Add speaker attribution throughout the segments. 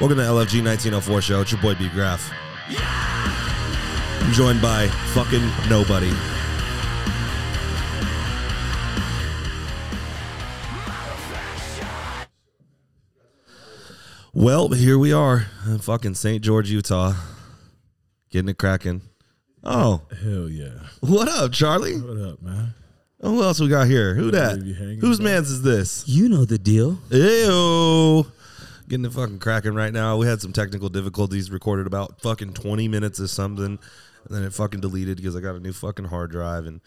Speaker 1: Welcome to LFG 1904 show. It's your boy B Graf. I'm joined by fucking nobody. Well, here we are in fucking St. George, Utah. Getting it cracking. Oh,
Speaker 2: Hell yeah.
Speaker 1: what up, Charlie? Oh,
Speaker 2: What up, man?
Speaker 1: Who else we got here? Who that?
Speaker 2: Leave you hanging,
Speaker 1: Whose
Speaker 2: bro.
Speaker 1: man's is this?
Speaker 3: You know the deal.
Speaker 1: Ew. Getting it fucking cracking right now. We had some technical difficulties recorded about fucking 20 minutes or something. And then it fucking deleted because I got a new fucking hard drive. And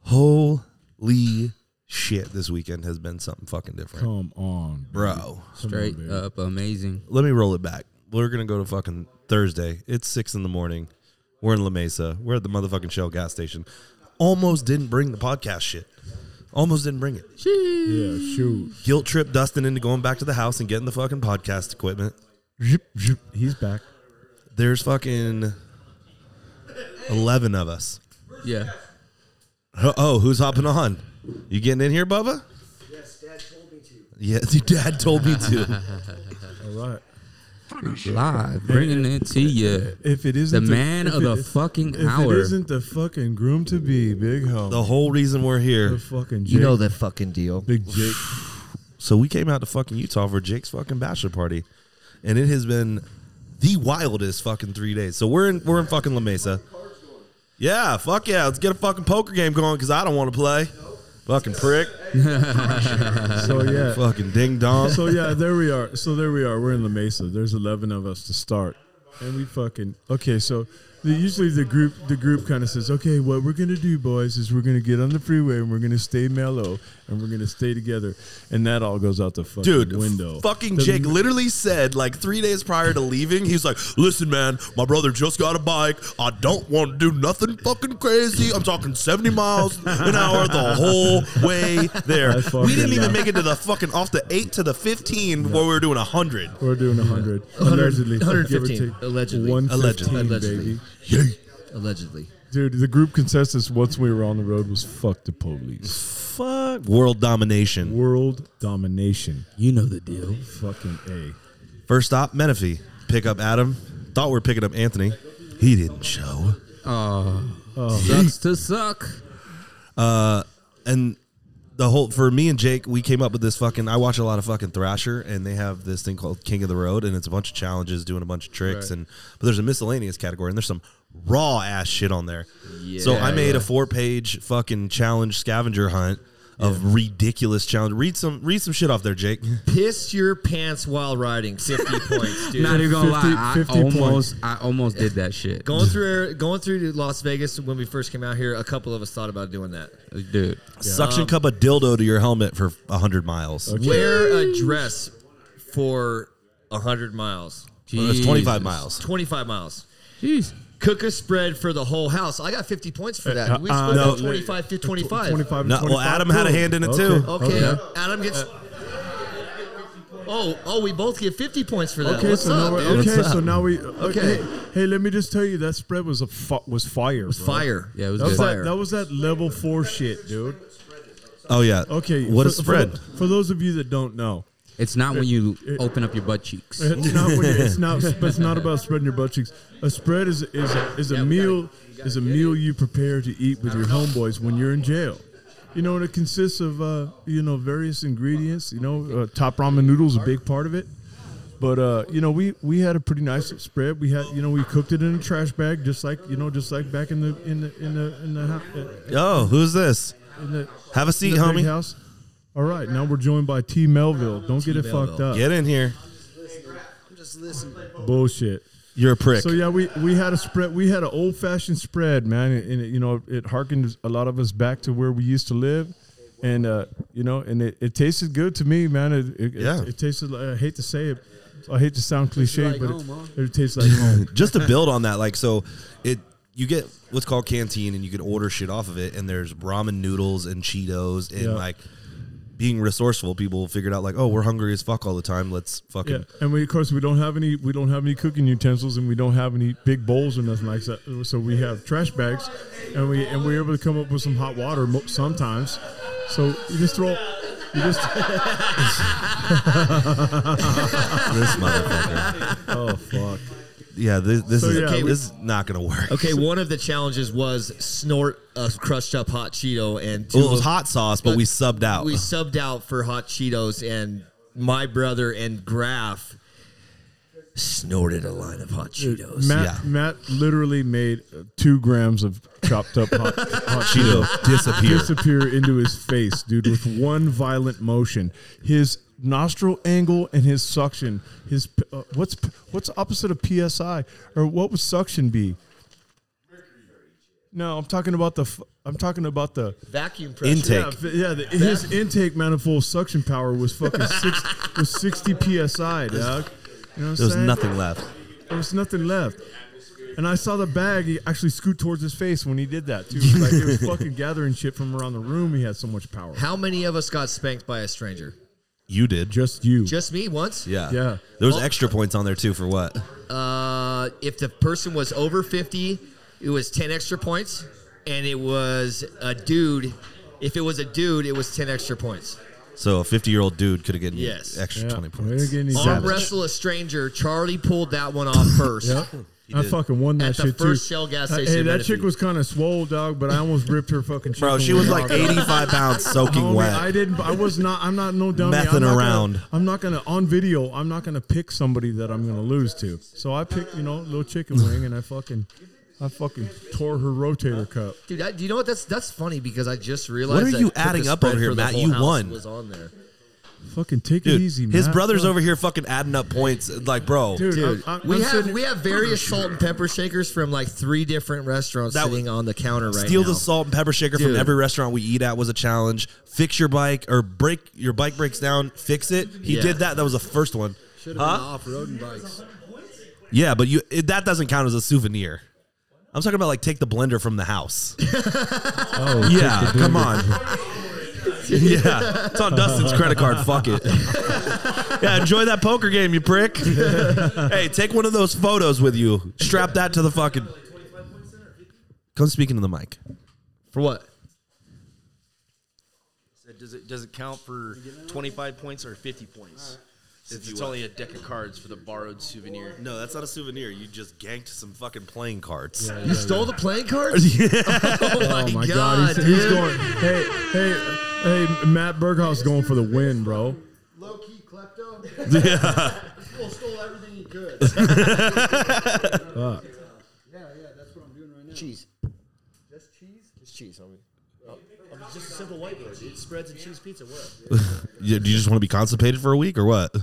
Speaker 1: holy shit, this weekend has been something fucking different.
Speaker 2: Come on, bro.
Speaker 1: Bro,
Speaker 2: Come
Speaker 3: Straight
Speaker 2: on, baby.
Speaker 3: up amazing.
Speaker 1: let me roll it back. We're going to go to fucking Thursday. It's six in the morning. We're in La Mesa. We're at the motherfucking Shell gas station. Almost didn't bring the podcast shit. Almost didn't bring it.
Speaker 2: Yeah, shoot.
Speaker 1: Guilt trip Dustin into going back to the house and getting the fucking podcast equipment.
Speaker 2: Zhup, zhup. He's back.
Speaker 1: There's fucking 11 of us.
Speaker 3: Yeah.
Speaker 1: Oh, Oh, who's hopping on? You getting in here, Bubba? Yes, Dad told me to. Yes, your Dad told me to.
Speaker 2: All right.
Speaker 3: Live, bringing it to you.
Speaker 2: If it
Speaker 3: The
Speaker 2: isn't
Speaker 3: man
Speaker 2: if
Speaker 3: of the
Speaker 2: it-
Speaker 3: fucking
Speaker 2: if
Speaker 3: hour.
Speaker 2: it isn't the fucking groom to be, big homie.
Speaker 1: The whole reason we're
Speaker 2: The
Speaker 1: here.
Speaker 2: fucking Jake.
Speaker 4: You know the fucking deal.
Speaker 2: big Jake.
Speaker 1: So we came out to fucking Utah for Jake's fucking bachelor party, and it has been the wildest fucking three days. So we're in we're in fucking La Mesa. Yeah, fuck yeah, let's get a fucking poker game going because I don't want to play. Fucking prick,
Speaker 2: So yeah.
Speaker 1: fucking ding dong.
Speaker 2: so yeah, there we are. So there we are. We're in La Mesa. There's 11 of us to start, and we fucking okay. So the, usually the group the group kind of says, okay, what we're gonna do, boys, is we're gonna get on the freeway and we're gonna stay mellow and we're gonna stay together, and that all goes out the fucking
Speaker 1: Dude,
Speaker 2: window.
Speaker 1: fucking
Speaker 2: The-
Speaker 1: Jake literally said like three days prior to leaving, he's like, "Listen, man, my brother just got a bike. I don't want to do nothing fucking crazy. I'm talking 70 miles an hour the whole way there.
Speaker 2: I fucking
Speaker 1: We didn't even
Speaker 2: know.
Speaker 1: make it to the fucking off the eight to the 15 where we were doing 100.
Speaker 2: We're doing 100.
Speaker 4: 100
Speaker 2: Allegedly.
Speaker 4: 115.
Speaker 2: Give or take.
Speaker 4: Allegedly.
Speaker 2: 115,
Speaker 4: Allegedly.
Speaker 2: baby.
Speaker 4: Allegedly.
Speaker 2: Dude, the group consensus once we were on the road was fuck the police.
Speaker 1: Fuck world domination.
Speaker 2: World domination.
Speaker 3: You know the deal.
Speaker 2: Fucking A.
Speaker 1: First stop, Menifee. Pick up Adam. Thought we were picking up Anthony. He didn't show.
Speaker 3: Oh, sucks to suck.
Speaker 1: and the whole for me and Jake, we came up with this fucking. I watch a lot of fucking Thrasher, and they have this thing called King of the Road, and it's a bunch of challenges, doing a bunch of tricks, and but there's a miscellaneous category, and there's some raw ass shit on there. so I made a four page fucking challenge scavenger hunt of ridiculous challenge. Read some read some shit off there, Jake.
Speaker 4: Piss your pants while riding. Fifty points, dude.
Speaker 3: Not even gonna
Speaker 2: 50
Speaker 3: lie, I
Speaker 2: 50
Speaker 3: almost, I almost did that shit,
Speaker 4: going through going through to Las Vegas when we first came out here. A couple of us thought about doing that.
Speaker 3: dude.
Speaker 1: Suction cup a dildo to your helmet for hundred miles.
Speaker 4: Wear a dress for hundred miles,
Speaker 1: Well, it's twenty five
Speaker 3: Jesus.
Speaker 1: miles.
Speaker 4: twenty five miles.
Speaker 3: Jeez.
Speaker 4: Cook a spread for the whole house. I got fifty points for that. We
Speaker 2: Uh,
Speaker 4: split
Speaker 2: no.
Speaker 4: no, twenty five to twenty five.
Speaker 2: 25
Speaker 1: No, well,
Speaker 2: 25.
Speaker 1: Adam had a hand in it, too.
Speaker 4: Okay, Adam gets.
Speaker 2: Uh,
Speaker 4: Oh, oh, we both get fifty points for that.
Speaker 2: Okay,
Speaker 4: What's
Speaker 2: so now
Speaker 4: up,
Speaker 2: we're,
Speaker 4: dude?
Speaker 2: okay, so now we okay.
Speaker 4: Okay.
Speaker 2: Hey, hey, let me just tell you that spread was a fu- was fire. bro.
Speaker 4: Fire.
Speaker 3: Yeah, it was
Speaker 2: That was
Speaker 3: good.
Speaker 2: that, that was that level four shit, dude.
Speaker 1: Oh yeah.
Speaker 2: Okay,
Speaker 1: What
Speaker 2: for-
Speaker 1: a spread.
Speaker 2: For, for those of you that don't know,
Speaker 3: It's not when you
Speaker 2: it-
Speaker 3: open up your butt cheeks.
Speaker 2: It's not, when you- it's not. but It's not about spreading your butt cheeks. A spread is is a, is a meal is a meal you prepare to eat with your homeboys when you're in jail. You know, and it consists of uh, you know various ingredients. You know, uh, top ramen noodles a big part of it. But uh, you know, we we had a pretty nice spread. We had you know we cooked it in a trash bag, just like you know, just like back in the in the in the in the, hou-
Speaker 1: Oh, who's this?
Speaker 2: uh, in the,
Speaker 1: Have a
Speaker 2: in
Speaker 1: seat,
Speaker 2: the big
Speaker 1: homie.
Speaker 2: house. All right, now we're joined by T Melville. Don't get it fucked up.
Speaker 1: Get in here.
Speaker 2: Bullshit.
Speaker 1: You're a prick.
Speaker 2: So yeah, we, we had a spread. We had an old fashioned spread, man, and, and it, you know it harkened a lot of us back to where we used to live, and uh, you know, and it, it tasted good to me, man. It, it, it-
Speaker 1: Yeah.
Speaker 2: it, tasted. Like, I hate to say it. I hate to sound cliche,
Speaker 3: like
Speaker 2: but
Speaker 3: home, huh?
Speaker 2: it, it tastes like home.
Speaker 1: just to build on that, like so, it you get what's called canteen, and you can order shit off of it. And there's ramen noodles and Cheetos, and
Speaker 2: Yeah.
Speaker 1: like being resourceful, people figured out like, oh, we're hungry as fuck all the time. Let's fucking
Speaker 2: Yeah, and we of course we don't have any we don't have any cooking utensils, and we don't have any big bowls or nothing like that. So we have trash bags, and we and we're able to come up with some hot water mo- sometimes. So you just throw, you just
Speaker 1: this motherfucker.
Speaker 2: Oh fuck.
Speaker 1: Yeah, this, this
Speaker 2: So,
Speaker 1: is
Speaker 2: yeah, we-
Speaker 1: this is not gonna work.
Speaker 4: Okay, one of the challenges was snort a crushed up hot Cheeto, and two
Speaker 1: Well, it was
Speaker 4: of-
Speaker 1: hot sauce, but, we subbed out.
Speaker 4: We subbed out for hot Cheetos, and my brother and Graf snorted a line of hot Cheetos.
Speaker 2: Matt,
Speaker 1: Yeah.
Speaker 2: Matt literally made uh, two grams of chopped up hot, hot
Speaker 1: Cheeto disappeared.
Speaker 2: disappear into his face, dude, with one violent motion. His nostril angle and his suction. His p- uh, what's p- what's opposite of psi or what would suction be? No, I'm talking about the. f- I'm talking about the.
Speaker 4: Vacuum pressure.
Speaker 1: Intake.
Speaker 2: Yeah, v- yeah. The, his intake manifold suction power was fucking six, was 60 psi, dog. You know what I'm
Speaker 1: there was
Speaker 2: saying?
Speaker 1: nothing left.
Speaker 2: There was nothing left. And I saw the bag he actually scoot towards his face when he did that too. It was, like, it was fucking gathering shit from around the room. He had so much power.
Speaker 4: How many of us got spanked by a stranger?
Speaker 1: You did.
Speaker 2: Just you.
Speaker 4: Just me once.
Speaker 1: Yeah.
Speaker 2: Yeah.
Speaker 1: There was
Speaker 4: Well-
Speaker 1: extra points on there too for what?
Speaker 4: Uh, if the person was over 50, it was 10 extra points. And it was a dude. If it was a dude, it was 10 extra points.
Speaker 1: So a 50 year old dude could have gotten you
Speaker 4: Yes.
Speaker 1: extra
Speaker 2: yeah.
Speaker 1: 20
Speaker 2: Well,
Speaker 1: points.
Speaker 2: again, he's
Speaker 4: Arm
Speaker 2: savage.
Speaker 4: wrestle a stranger. Charlie pulled that one off first.
Speaker 2: Yeah. I
Speaker 1: did.
Speaker 2: fucking won that
Speaker 4: At the
Speaker 2: shit
Speaker 4: first
Speaker 2: too.
Speaker 4: Shell gas
Speaker 2: Uh,
Speaker 4: station
Speaker 2: Hey, that
Speaker 4: benefit.
Speaker 2: chick was kind of swole, dog, but I almost ripped her fucking.
Speaker 1: Bro,
Speaker 2: chicken
Speaker 1: she was
Speaker 2: wing
Speaker 1: like
Speaker 2: off.
Speaker 1: 85 pounds soaking
Speaker 2: Homie, I
Speaker 1: wet.
Speaker 2: didn't. I was not. I'm not no dummy.
Speaker 1: Messing
Speaker 2: I'm not
Speaker 1: around.
Speaker 2: Gonna, I'm not gonna on video. I'm not gonna pick somebody that I'm gonna lose to. So I picked, you know, little chicken wing, and I fucking, I fucking tore her rotator cup.
Speaker 4: Dude, I, do you know what? That's that's funny because I just realized.
Speaker 1: What are
Speaker 4: that
Speaker 1: you
Speaker 4: what the
Speaker 1: adding up
Speaker 4: spread
Speaker 1: over here,
Speaker 4: for the
Speaker 1: Matt?
Speaker 4: whole
Speaker 1: You
Speaker 4: house
Speaker 1: won.
Speaker 4: Was on there.
Speaker 2: Fucking take
Speaker 1: Dude,
Speaker 2: it easy, man.
Speaker 1: his brother's over here fucking adding up points. Like, bro,
Speaker 2: Dude,
Speaker 4: Dude,
Speaker 2: I'm, I'm,
Speaker 4: we
Speaker 2: I'm
Speaker 4: have
Speaker 2: sitting-
Speaker 4: we have various salt and pepper shakers from like three different restaurants
Speaker 1: That was-
Speaker 4: sitting on the counter right
Speaker 1: steal
Speaker 4: now.
Speaker 1: the salt and pepper shaker from
Speaker 4: Dude.
Speaker 1: every restaurant we eat at was a challenge. Fix your bike or break your bike breaks down, fix it. He
Speaker 4: Yeah.
Speaker 1: did that. That was the first one.
Speaker 5: Should have been off roading bikes.
Speaker 1: Yeah, but you it, that doesn't count as a souvenir. I'm talking about like take the blender from the house.
Speaker 2: Oh,
Speaker 1: Yeah, come on. yeah, it's on Dustin's credit card. Fuck it. Yeah, enjoy that poker game, you prick. hey, take one of those photos with you. Strap that to the fucking. Come speaking to the mic.
Speaker 4: for what?
Speaker 6: Said, does it does it count for 25 points or 50 points? Since it's only a deck of cards for the borrowed souvenir.
Speaker 1: No, that's not a souvenir. You just ganked some fucking playing cards.
Speaker 4: You stole the playing cards?
Speaker 1: Yeah.
Speaker 4: Oh my,
Speaker 2: Oh my
Speaker 4: god,
Speaker 2: god, he's,
Speaker 4: dude.
Speaker 2: he's going. Hey, hey, hey, Matt Berghaus going for the win, bro.
Speaker 5: Low key klepto. Yeah. School stole everything he could. yeah,
Speaker 2: Fuck.
Speaker 5: yeah, that's what I'm doing right now.
Speaker 6: Cheese.
Speaker 5: Just cheese.
Speaker 6: It's cheese, homie. Oh, just a simple white bread. It spreads and cheese pizza. What?
Speaker 1: Yeah, Do you just want to be constipated for a week or what?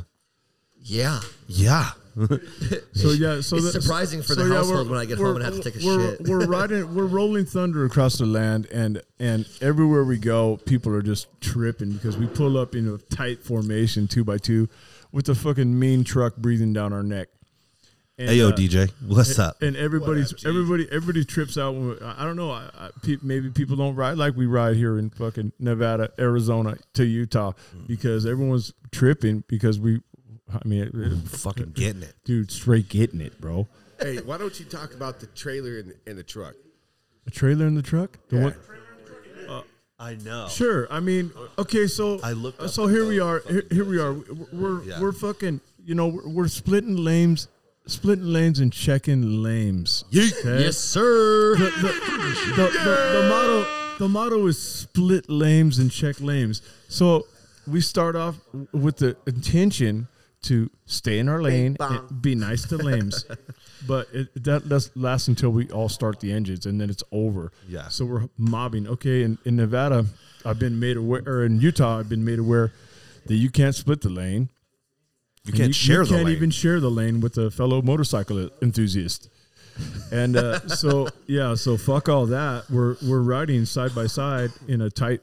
Speaker 4: Yeah.
Speaker 1: Yeah.
Speaker 2: So yeah, so
Speaker 4: It's
Speaker 2: the-
Speaker 4: surprising for the
Speaker 2: yeah,
Speaker 4: household
Speaker 2: we're-
Speaker 4: when I get
Speaker 2: we're-
Speaker 4: home and have to take a
Speaker 2: we're,
Speaker 4: shit.
Speaker 2: We're riding, we're rolling thunder across the land, and and everywhere we go, people are just tripping because we pull up in a tight formation, two by two, with the fucking mean truck breathing down our neck. And,
Speaker 1: Hey, yo,
Speaker 2: uh,
Speaker 1: DJ, what's up?
Speaker 2: And everybody's everybody everybody trips out. When we, I I don't know. I, I, pe- maybe people don't ride like we ride here in fucking Nevada, Arizona to Utah because everyone's tripping because we. I mean, it- it-
Speaker 1: Fucking getting it.
Speaker 2: dude, straight getting it, bro.
Speaker 7: Hey, why don't you talk about the trailer and, and the truck?
Speaker 2: A trailer in the truck? The one-
Speaker 1: I know.
Speaker 2: Sure. I mean, okay. So
Speaker 1: I looked up
Speaker 2: So here we are. Here, here we are. We're we're,
Speaker 1: Yeah.
Speaker 2: we're fucking. You know, we're, we're splitting lanes, splitting lanes, and checking lanes. Okay?
Speaker 4: Yes, sir.
Speaker 2: The, the, the, the, the motto. The motto is split lanes and check lanes. So we start off w- with the intention to stay in our lane, and be nice to lames. But it, that does last until we all start the engines, and then it's over.
Speaker 1: Yeah.
Speaker 2: So we're mobbing. Okay, in, in Nevada, I've been made aware, or in Utah, I've been made aware that you can't split the lane.
Speaker 1: You
Speaker 2: And
Speaker 1: can't
Speaker 2: you,
Speaker 1: share
Speaker 2: you
Speaker 1: the
Speaker 2: can't
Speaker 1: lane.
Speaker 2: even share the lane with a fellow motorcycle enthusiast. And uh, so yeah, so fuck all that. We're we're riding side by side in a tight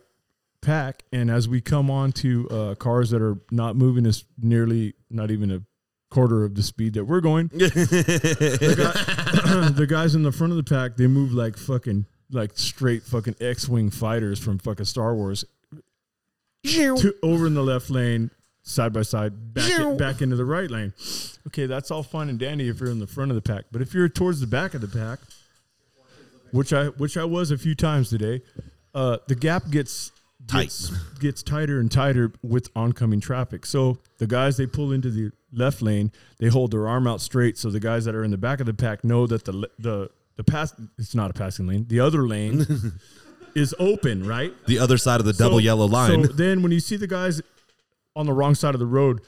Speaker 2: pack, and as we come on to uh, cars that are not moving as nearly, not even a quarter of the speed that we're going, the guys in the front of the pack they move like fucking like straight fucking X-wing fighters from fucking Star Wars. To, over in the left lane, side by side, back in- back into the right lane. Okay, that's all fine and dandy if you're in the front of the pack, but if you're towards the back of the pack, which I which I was a few times today, uh, the gap gets
Speaker 1: Tight.
Speaker 2: gets, gets tighter and tighter with oncoming traffic. So The guys they pull into the left lane, they hold their arm out straight, so the guys that are in the back of the pack know that the le- the the pass it's not a passing lane. The other lane is open, right?
Speaker 1: The other side of the double
Speaker 2: So-
Speaker 1: yellow line.
Speaker 2: So then when you see the guys on the wrong side of the road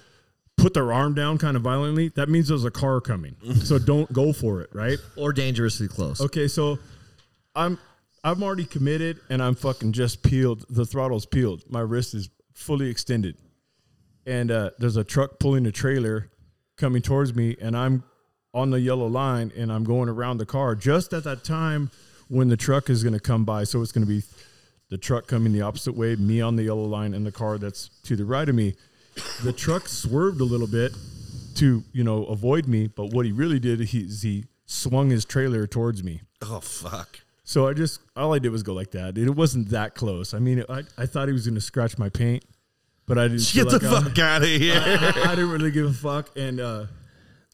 Speaker 2: put their arm down kind of violently, that means there's a car coming. so don't go for it, right?
Speaker 4: or dangerously close.
Speaker 2: Okay, so I'm I'm already committed and I'm fucking just peeled. The throttle's peeled. My wrist is fully extended. And uh, there's a truck pulling a trailer coming towards me and I'm on the yellow line and I'm going around the car just at that time when the truck is going to come by. So it's going to be the truck coming the opposite way, me on the yellow line and the car that's to the right of me. The truck swerved a little bit to, you know, avoid me, but what he really did he, is he swung his trailer towards me.
Speaker 1: oh fuck.
Speaker 2: So I just all I did was go like that. It wasn't that close. I mean, I, I thought he was gonna scratch my paint, but I didn't.
Speaker 1: Get
Speaker 2: feel
Speaker 1: the
Speaker 2: like I-
Speaker 1: fuck out of here.
Speaker 2: I, I didn't really give a fuck. And uh,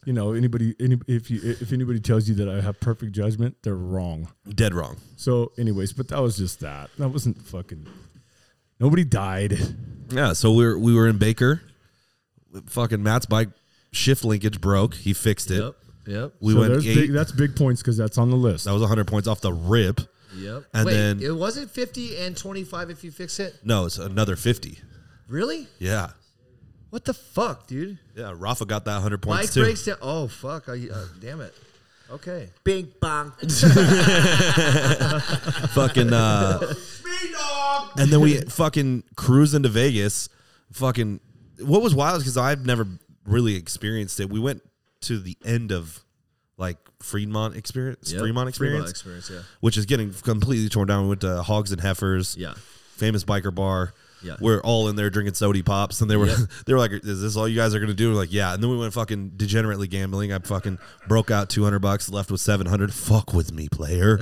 Speaker 2: you know, anybody, any, if you if anybody tells you that I have perfect judgment, they're wrong.
Speaker 1: Dead wrong.
Speaker 2: So, anyways, but that was just that. That wasn't fucking. Nobody died.
Speaker 1: Yeah, so we were we were in Baker. Fucking Matt's bike shift linkage broke. He fixed it.
Speaker 4: Yep. Yep.
Speaker 1: We
Speaker 2: so
Speaker 1: went
Speaker 2: there's
Speaker 1: eight.
Speaker 2: big, that's big points because that's on the list.
Speaker 1: that was 100 points off the rip.
Speaker 4: Yep.
Speaker 1: And
Speaker 4: Wait,
Speaker 1: then-
Speaker 4: it wasn't 50 and 25 if you fix it.
Speaker 1: No, it's another 50.
Speaker 4: Really?
Speaker 1: Yeah.
Speaker 4: What the fuck, dude?
Speaker 1: Yeah, Rafa got that 100 points
Speaker 4: Bike
Speaker 1: too.
Speaker 4: breaks down. Oh fuck! I, uh, damn it. Okay.
Speaker 3: Bing bong.
Speaker 1: fucking uh and then we fucking cruise into vegas fucking what was wild because i've never really experienced it we went to the end of like Fremont experience,
Speaker 4: Yep.
Speaker 1: Fremont experience,
Speaker 4: experience, yeah.
Speaker 1: which is getting completely torn down. We went to Hogs and Heifers,
Speaker 4: Yeah.
Speaker 1: famous biker bar.
Speaker 4: Yeah.
Speaker 1: We're all in there drinking soda pops, and they were they were like, "Is this all you guys are gonna do?" We're like, "Yeah." And then we went fucking degenerately gambling. I fucking broke out two hundred bucks, left with seven hundred. Fuck with me, player.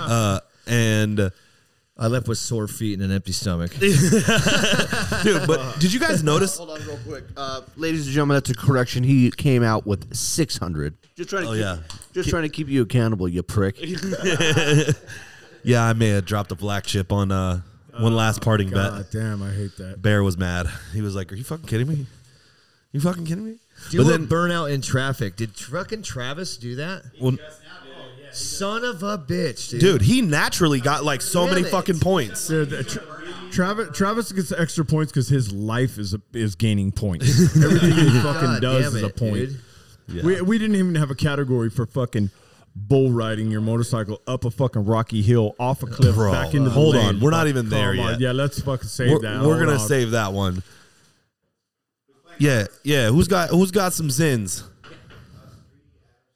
Speaker 1: uh, and uh,
Speaker 4: I left with sore feet and an empty stomach.
Speaker 1: dude, but did you guys notice?
Speaker 5: Hold on, real quick, uh, ladies and gentlemen. That's a correction. He came out with six hundred. Just trying. To
Speaker 1: Oh,
Speaker 5: keep,
Speaker 1: yeah.
Speaker 5: Just trying to keep you accountable, you prick.
Speaker 1: Yeah, I may have dropped a black chip on uh,
Speaker 4: Oh,
Speaker 1: one last parting bet.
Speaker 2: God damn, I hate that.
Speaker 1: Bear was mad. He was like, "Are you fucking kidding me? You fucking kidding me?"
Speaker 4: Do
Speaker 1: but
Speaker 4: a
Speaker 1: then,
Speaker 4: burnout in traffic. Did fucking Travis do that?
Speaker 1: well,
Speaker 4: Son of a bitch, dude.
Speaker 1: dude, he naturally got like so
Speaker 4: Damn
Speaker 1: many
Speaker 4: it.
Speaker 1: fucking points.
Speaker 2: Dude, the- Tra- Travis, Travis gets extra points because his life is is gaining points. Everything he fucking
Speaker 4: God
Speaker 2: does
Speaker 4: damn
Speaker 2: is a
Speaker 4: it,
Speaker 2: point.
Speaker 4: dude.
Speaker 2: We, we didn't even have a category for fucking bull riding your motorcycle up a fucking rocky hill off a cliff
Speaker 1: Bro,
Speaker 2: back into the
Speaker 1: hold
Speaker 2: lane.
Speaker 1: on. We're not even
Speaker 2: Come
Speaker 1: there
Speaker 2: on.
Speaker 1: yet.
Speaker 2: Yeah, let's fucking save
Speaker 1: We're,
Speaker 2: that.
Speaker 1: we're
Speaker 2: Hold
Speaker 1: gonna
Speaker 2: on.
Speaker 1: save that one. Yeah, yeah. Who's got Who's got some zins?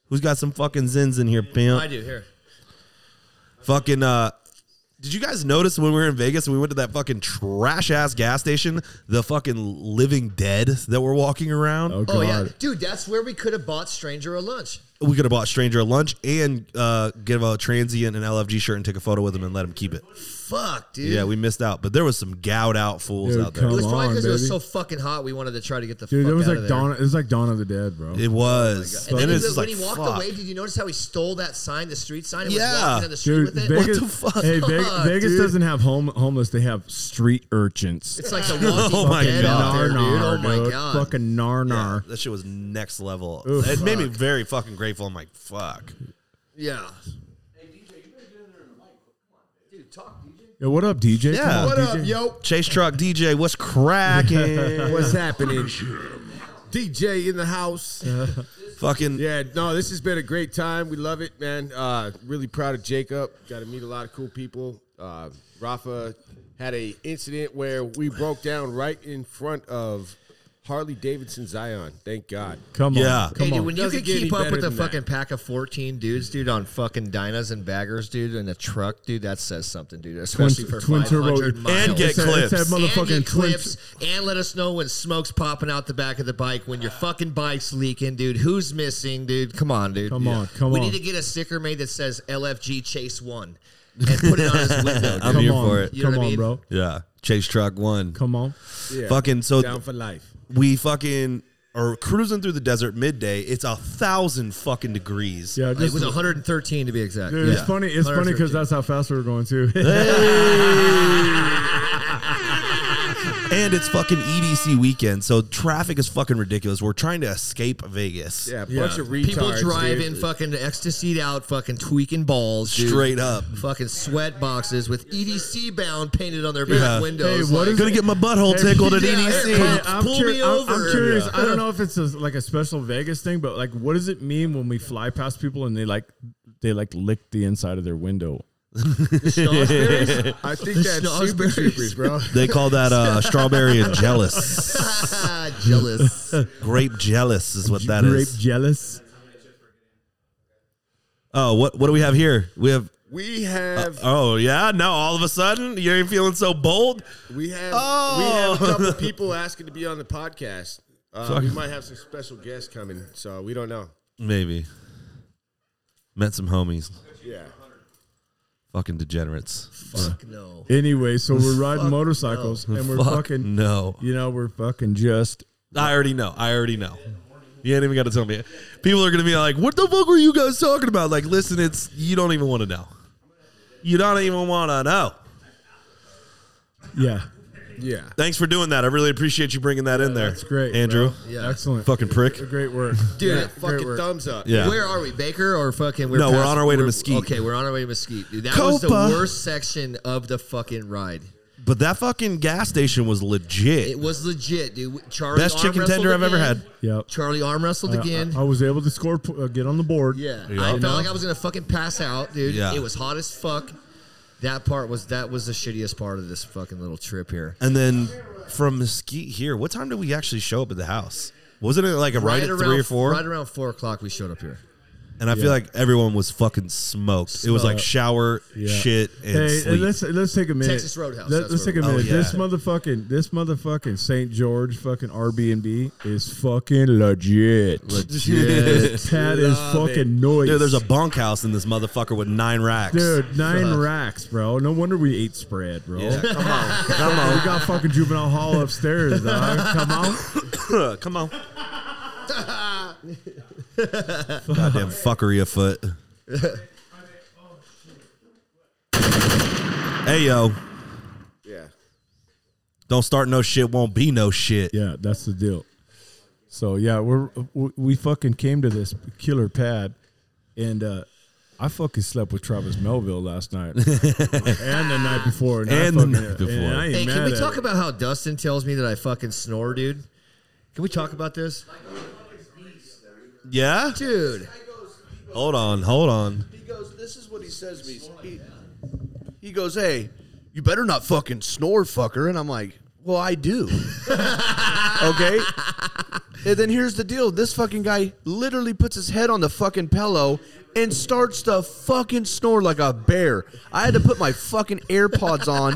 Speaker 1: Who's got some fucking zins in here, pimp?
Speaker 4: I do here.
Speaker 1: Fucking uh did you guys notice when we were in Vegas and we went to that fucking trash ass gas station, the fucking living dead that were walking around?
Speaker 2: Oh, God.
Speaker 4: Oh yeah, dude. That's where we could have bought Stranger a lunch.
Speaker 1: We could have bought Stranger a lunch and uh, give a transient an LFG shirt and take a photo with him and let him keep it.
Speaker 4: Fuck, dude.
Speaker 1: Yeah, we missed out, but there was some gouged out fools
Speaker 2: Dude,
Speaker 1: out there.
Speaker 4: It was
Speaker 2: Come
Speaker 4: probably
Speaker 2: on,
Speaker 4: because it was
Speaker 2: baby.
Speaker 4: so fucking hot. We wanted to try to get the
Speaker 2: Dude,
Speaker 4: fuck
Speaker 2: it was
Speaker 4: out
Speaker 2: like
Speaker 4: of there.
Speaker 2: Dawn. It was like Dawn of the Dead, bro.
Speaker 1: It was.
Speaker 4: And
Speaker 1: and
Speaker 4: then
Speaker 1: it's
Speaker 4: he,
Speaker 1: just
Speaker 4: when
Speaker 1: like,
Speaker 4: he walked
Speaker 1: fuck.
Speaker 4: away, did you notice how he stole that sign, the street sign, and was
Speaker 1: Yeah.
Speaker 4: walking down the street
Speaker 2: Dude,
Speaker 4: with it?
Speaker 2: Vegas,
Speaker 1: the fuck?
Speaker 2: Hey, Ve- Vegas,
Speaker 4: Fuck, dude.
Speaker 2: doesn't have home homeless. They have street urchins.
Speaker 4: It's like the walking
Speaker 1: Oh my
Speaker 4: dead out
Speaker 1: God.
Speaker 4: there, dude. Oh
Speaker 2: Narnar,
Speaker 4: my
Speaker 2: dude.
Speaker 4: god.
Speaker 2: Fucking narnar.
Speaker 1: that shit was next level.
Speaker 2: Oof.
Speaker 1: it made me very fucking grateful. I'm like, fuck.
Speaker 4: Yeah.
Speaker 2: Yo, what up, DJ?
Speaker 1: Yeah.
Speaker 2: Come on,
Speaker 1: What
Speaker 2: DJ.
Speaker 7: Yo,
Speaker 1: Chase Truck DJ, what's cracking?
Speaker 7: what's happening? DJ in the house.
Speaker 4: Uh-huh.
Speaker 1: fucking
Speaker 7: Yeah, no, this has been a great time. We love it, man. Uh, really proud of Jacob. Got to meet a lot of cool people. Uh, Rafa had a incident where we broke down right in front of Harley Davidson Zion. Thank God.
Speaker 2: Come on.
Speaker 1: Yeah.
Speaker 2: Come
Speaker 4: hey, dude,
Speaker 2: on.
Speaker 4: when you
Speaker 7: Doesn't
Speaker 4: could
Speaker 7: get
Speaker 4: keep
Speaker 7: any
Speaker 4: up with
Speaker 7: better
Speaker 4: a
Speaker 7: than that.
Speaker 4: fucking pack of 14 dudes, dude, on fucking dinas and baggers, dude, in a truck, dude, that says something, dude, especially for
Speaker 2: twin turbo-
Speaker 4: 500
Speaker 2: And
Speaker 4: miles.
Speaker 1: get
Speaker 2: It's that- it's that
Speaker 1: clips.
Speaker 4: And
Speaker 2: motherfucking
Speaker 4: get
Speaker 2: twin-
Speaker 4: clips, and let us know when smoke's popping out the back of the bike, when your fucking bike's leaking, dude. Who's missing, dude? Come on, dude.
Speaker 2: Come on, come
Speaker 4: we
Speaker 2: on.
Speaker 4: need to get a sticker made that says LFG Chase One, and put it on his window.
Speaker 1: I'm
Speaker 4: dude.
Speaker 1: here
Speaker 2: Come on.
Speaker 1: for it.
Speaker 4: You know
Speaker 2: Come
Speaker 4: what I
Speaker 2: on,
Speaker 4: mean?
Speaker 2: bro.
Speaker 1: Yeah. Chase Truck one.
Speaker 2: Come on.
Speaker 7: Yeah.
Speaker 1: Fucking so
Speaker 7: down for life.
Speaker 1: we fucking are cruising through the desert midday. It's a thousand fucking degrees.
Speaker 2: Yeah,
Speaker 4: Uh, It
Speaker 2: just
Speaker 4: was 113 to be exact.
Speaker 2: Dude,
Speaker 4: Yeah.
Speaker 2: it's funny. It's funny because that's how fast we were going too.
Speaker 1: and it's fucking EDC weekend, so traffic is fucking ridiculous. We're trying to escape Vegas.
Speaker 7: Yeah, a
Speaker 2: Yeah.
Speaker 7: bunch of retards.
Speaker 4: People driving
Speaker 7: dude.
Speaker 4: fucking ecstasied out, fucking tweaking balls, dude.
Speaker 1: Straight up.
Speaker 4: Fucking sweat boxes with EDC bound painted on their back
Speaker 1: Yeah.
Speaker 4: windows.
Speaker 2: Hey, what
Speaker 4: like,
Speaker 2: is-
Speaker 1: Gonna get my butthole tickled at E
Speaker 4: Yeah,
Speaker 1: EDC.
Speaker 4: yeah.
Speaker 2: I'm,
Speaker 4: Pull
Speaker 2: curi-
Speaker 4: me
Speaker 2: I'm- I'm
Speaker 4: over.
Speaker 2: curious.
Speaker 4: Yeah.
Speaker 2: I don't know if it's a, like a special Vegas thing, but like, what does it mean when we fly past people and they like they like lick the inside of their window?
Speaker 4: Strawberries?
Speaker 7: I think that's super
Speaker 4: Snozzberries.
Speaker 7: troopers, bro.
Speaker 1: They call that uh, strawberry and jealous.
Speaker 4: Ah, jealous.
Speaker 1: Grape jealous is what that is.
Speaker 2: Grape jealous.
Speaker 1: Oh, what what do we have here? We have.
Speaker 7: We have
Speaker 4: Uh,
Speaker 1: Oh yeah, now all of a sudden you're feeling so bold.
Speaker 7: we have
Speaker 1: Oh.
Speaker 7: we have a couple people asking to be on the podcast. Uh,
Speaker 1: Fuck.
Speaker 7: we might have some special guests coming, so we don't know.
Speaker 1: Maybe met some homies,
Speaker 7: Yeah.
Speaker 1: fucking degenerates.
Speaker 4: Fuck no.
Speaker 2: Anyway, so we're riding motorcycles and we're
Speaker 1: Fuck
Speaker 2: fucking.
Speaker 1: no.
Speaker 2: You know, we're fucking just.
Speaker 1: I already know. I already know. You ain't even got to tell me. People are gonna be like, "What the fuck were you guys talking about?" Like, listen, it's you don't even want to know. You don't even want to know.
Speaker 2: Yeah,
Speaker 7: Yeah.
Speaker 1: Thanks for doing that. I really appreciate you bringing that in there.
Speaker 2: that's great,
Speaker 1: Andrew.
Speaker 2: bro.
Speaker 4: Yeah.
Speaker 2: excellent.
Speaker 1: Fucking prick.
Speaker 2: Great work,
Speaker 4: Dude,
Speaker 2: Yeah, great
Speaker 7: Fucking
Speaker 2: work.
Speaker 7: thumbs up.
Speaker 1: Yeah.
Speaker 4: Where are we, Baker or fucking? We're
Speaker 1: No, we're
Speaker 4: past-
Speaker 1: on our way to Mesquite.
Speaker 4: Okay, we're on our way to Mesquite, dude. That was the
Speaker 1: Copa.
Speaker 4: worst section of the fucking ride.
Speaker 1: But that fucking gas station was legit.
Speaker 4: It was legit, dude. Charlie
Speaker 1: Best
Speaker 4: arm
Speaker 1: chicken
Speaker 4: wrestled
Speaker 1: tender I've ever
Speaker 4: again.
Speaker 1: had.
Speaker 2: Yep.
Speaker 4: Charlie arm wrestled
Speaker 2: I-
Speaker 4: again.
Speaker 2: I, I was able to score, p- uh, get on the board.
Speaker 4: yeah,
Speaker 1: Yeah.
Speaker 4: I felt
Speaker 1: No.
Speaker 4: like I was gonna fucking pass out, dude.
Speaker 1: Yeah.
Speaker 4: It was hot as fuck. That part was that was the shittiest part of this fucking little trip here.
Speaker 1: And then from Mesquite here, what time did we actually show up at the house? Wasn't it like a right, at
Speaker 4: around
Speaker 1: three or four?
Speaker 4: Right around four o'clock, we showed up here.
Speaker 1: and I feel like everyone was fucking smoked. It was like shower,
Speaker 2: Yeah.
Speaker 1: shit, and
Speaker 2: Hey,
Speaker 1: sleep.
Speaker 2: let's let's take a minute.
Speaker 4: Texas
Speaker 2: Let,
Speaker 4: Roadhouse, that's
Speaker 2: us
Speaker 4: where
Speaker 2: take a
Speaker 1: we're-
Speaker 2: minute.
Speaker 1: Oh, yeah.
Speaker 2: This motherfucking this motherfucking St. George fucking Airbnb is fucking legit. Legit. that is fucking noise.
Speaker 1: Dude, there's a bunk house in this motherfucker with nine racks.
Speaker 2: Dude, nine racks, bro. No wonder we ate spread, bro.
Speaker 1: Yeah, come on,
Speaker 2: Come on, we got fucking juvenile hall upstairs, dog. Come on.
Speaker 1: come on. Goddamn fuckery afoot. hey yo,
Speaker 7: Yeah.
Speaker 1: don't start no shit, won't be no shit.
Speaker 2: Yeah, that's the deal. So yeah, we're we- we fucking came to this killer pad, and uh, I fucking slept with Travis Melville last night and the night before, and, I
Speaker 1: And the
Speaker 2: fucking-
Speaker 1: night before.
Speaker 2: and I ain't
Speaker 4: Hey,
Speaker 2: mad
Speaker 4: can we
Speaker 2: at
Speaker 4: talk
Speaker 2: it.
Speaker 4: about how Dustin tells me that I fucking snore, dude? Can we talk about this,
Speaker 1: Yeah?
Speaker 4: dude?
Speaker 1: Hold on, hold on.
Speaker 6: He goes, this is what he says to me. He, he goes, hey, you better not fucking snore, fucker. And I'm like, well, I do. okay. And then here's the deal. This fucking guy literally puts his head on the fucking pillow and starts to fucking snore like a bear. I had to put my fucking AirPods on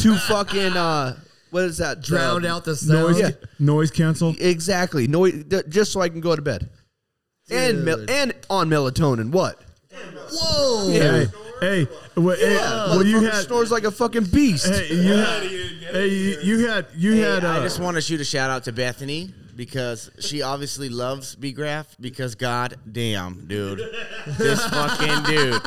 Speaker 6: to fucking, uh, what is that?
Speaker 4: Drowned
Speaker 6: Um,
Speaker 4: out the sound.
Speaker 2: noise?
Speaker 6: Yeah.
Speaker 2: Noise cancel.
Speaker 6: Exactly. No, just so I can go to bed. And mel-
Speaker 4: Dude.
Speaker 6: and on melatonin. What?
Speaker 4: Whoa!
Speaker 2: Hey, hey, what, hey,
Speaker 8: Oh,
Speaker 2: well, you
Speaker 6: Motherfucker
Speaker 2: had.
Speaker 6: snores like a fucking beast.
Speaker 2: Hey, you had, hey, you, you had, you
Speaker 9: Hey,
Speaker 2: had. Uh,
Speaker 9: I just want to shoot a shout out to Bethany because she obviously loves B Graph because god damn, dude. This fucking dude.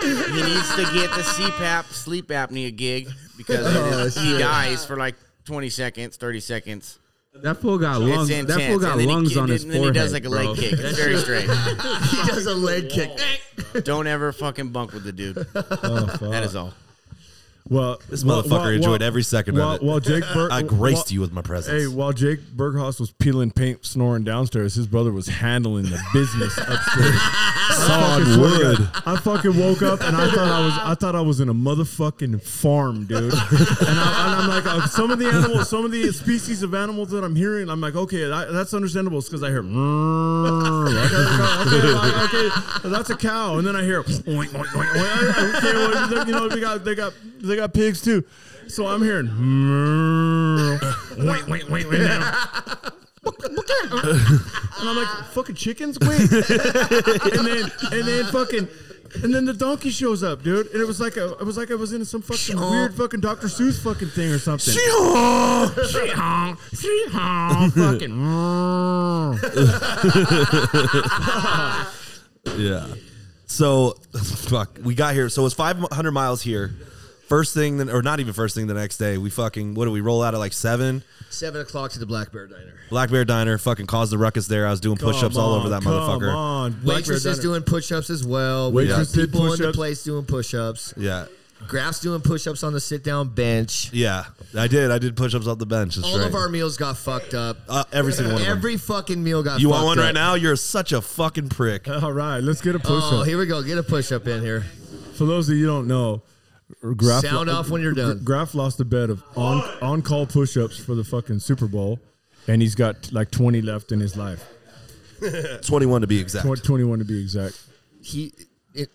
Speaker 9: He needs to get the CPAP sleep apnea gig because
Speaker 3: Oh,
Speaker 9: he dies for like 20 seconds, 30 seconds.
Speaker 3: That fool got lungs.
Speaker 9: It's
Speaker 3: That
Speaker 9: intense.
Speaker 3: fool got
Speaker 9: and then
Speaker 3: lungs
Speaker 9: he,
Speaker 3: on
Speaker 9: and
Speaker 3: his
Speaker 9: then
Speaker 3: forehead.
Speaker 9: he does like a
Speaker 3: bro.
Speaker 9: leg kick. It's very straight.
Speaker 4: he does a leg kick.
Speaker 9: Don't ever fucking bunk with the dude.
Speaker 2: oh, fuck.
Speaker 9: That is all.
Speaker 2: well,
Speaker 1: This
Speaker 2: well,
Speaker 1: motherfucker
Speaker 2: well,
Speaker 1: enjoyed
Speaker 2: well,
Speaker 1: every second
Speaker 2: while,
Speaker 1: of it.
Speaker 2: While Jake, Bur-
Speaker 1: I graced
Speaker 2: while-
Speaker 1: you with my presence.
Speaker 2: Hey, while Jake Berghaus was peeling paint, snoring downstairs, his brother was handling the business upstairs.
Speaker 1: Solid
Speaker 2: fucking swear to
Speaker 1: wood.
Speaker 2: God, I fucking woke up and I thought I was I thought I was in a motherfucking farm, dude. And, I, am like, uh, some of the animals, some of the species of animals that I'm hearing, I'm like, okay, that, that's understandable. It's because I hear, okay, okay, like, okay, that's a cow, and then I hear, okay, well, you know, they got they got they got pigs too. So I'm hearing, wait, wait, wait, wait. now. And I'm like, fucking chickens? Wait. and then and then fucking and then the donkey shows up, dude. And it was like a, it was like I was in some fucking weird fucking Dr. Seuss fucking thing or something. She-honk, she-honk, fucking.
Speaker 1: Yeah. So, fuck, we got here. So it's 500 miles here, First thing, then, or not even first thing, the next day, we fucking, what do we roll out at like seven?
Speaker 4: Seven o'clock to the Black Bear Diner.
Speaker 1: Black Bear Diner fucking caused the ruckus there. I was doing push ups all over that motherfucker.
Speaker 2: Come on, Black Bear
Speaker 4: Waitress is
Speaker 2: Diner.
Speaker 4: doing push-ups as well. We got
Speaker 2: Waitress did
Speaker 4: people in the
Speaker 2: push-ups.
Speaker 4: place doing push-ups.
Speaker 1: Yeah.
Speaker 4: Graf's doing push-ups on the sit-down bench.
Speaker 1: Yeah. I did. I did push ups off the bench. That's
Speaker 4: All
Speaker 1: right.
Speaker 4: of our meals got fucked up.
Speaker 1: uh, every single one of them.
Speaker 4: Every fucking meal got
Speaker 1: You
Speaker 4: fucked
Speaker 1: want one
Speaker 4: up.
Speaker 1: right now? You're such a fucking prick.
Speaker 2: All right, let's get a push
Speaker 4: Oh,
Speaker 2: up.
Speaker 4: here we go. Get a push-up in here.
Speaker 2: For those of you who don't know, Graf
Speaker 4: Sound off when you're done.
Speaker 2: Graf lost a bet of on on call push ups for the fucking Super Bowl, and he's got like 20 left in his life.
Speaker 1: 21 to be exact.
Speaker 2: Tw- 21 to be exact.
Speaker 4: He, it,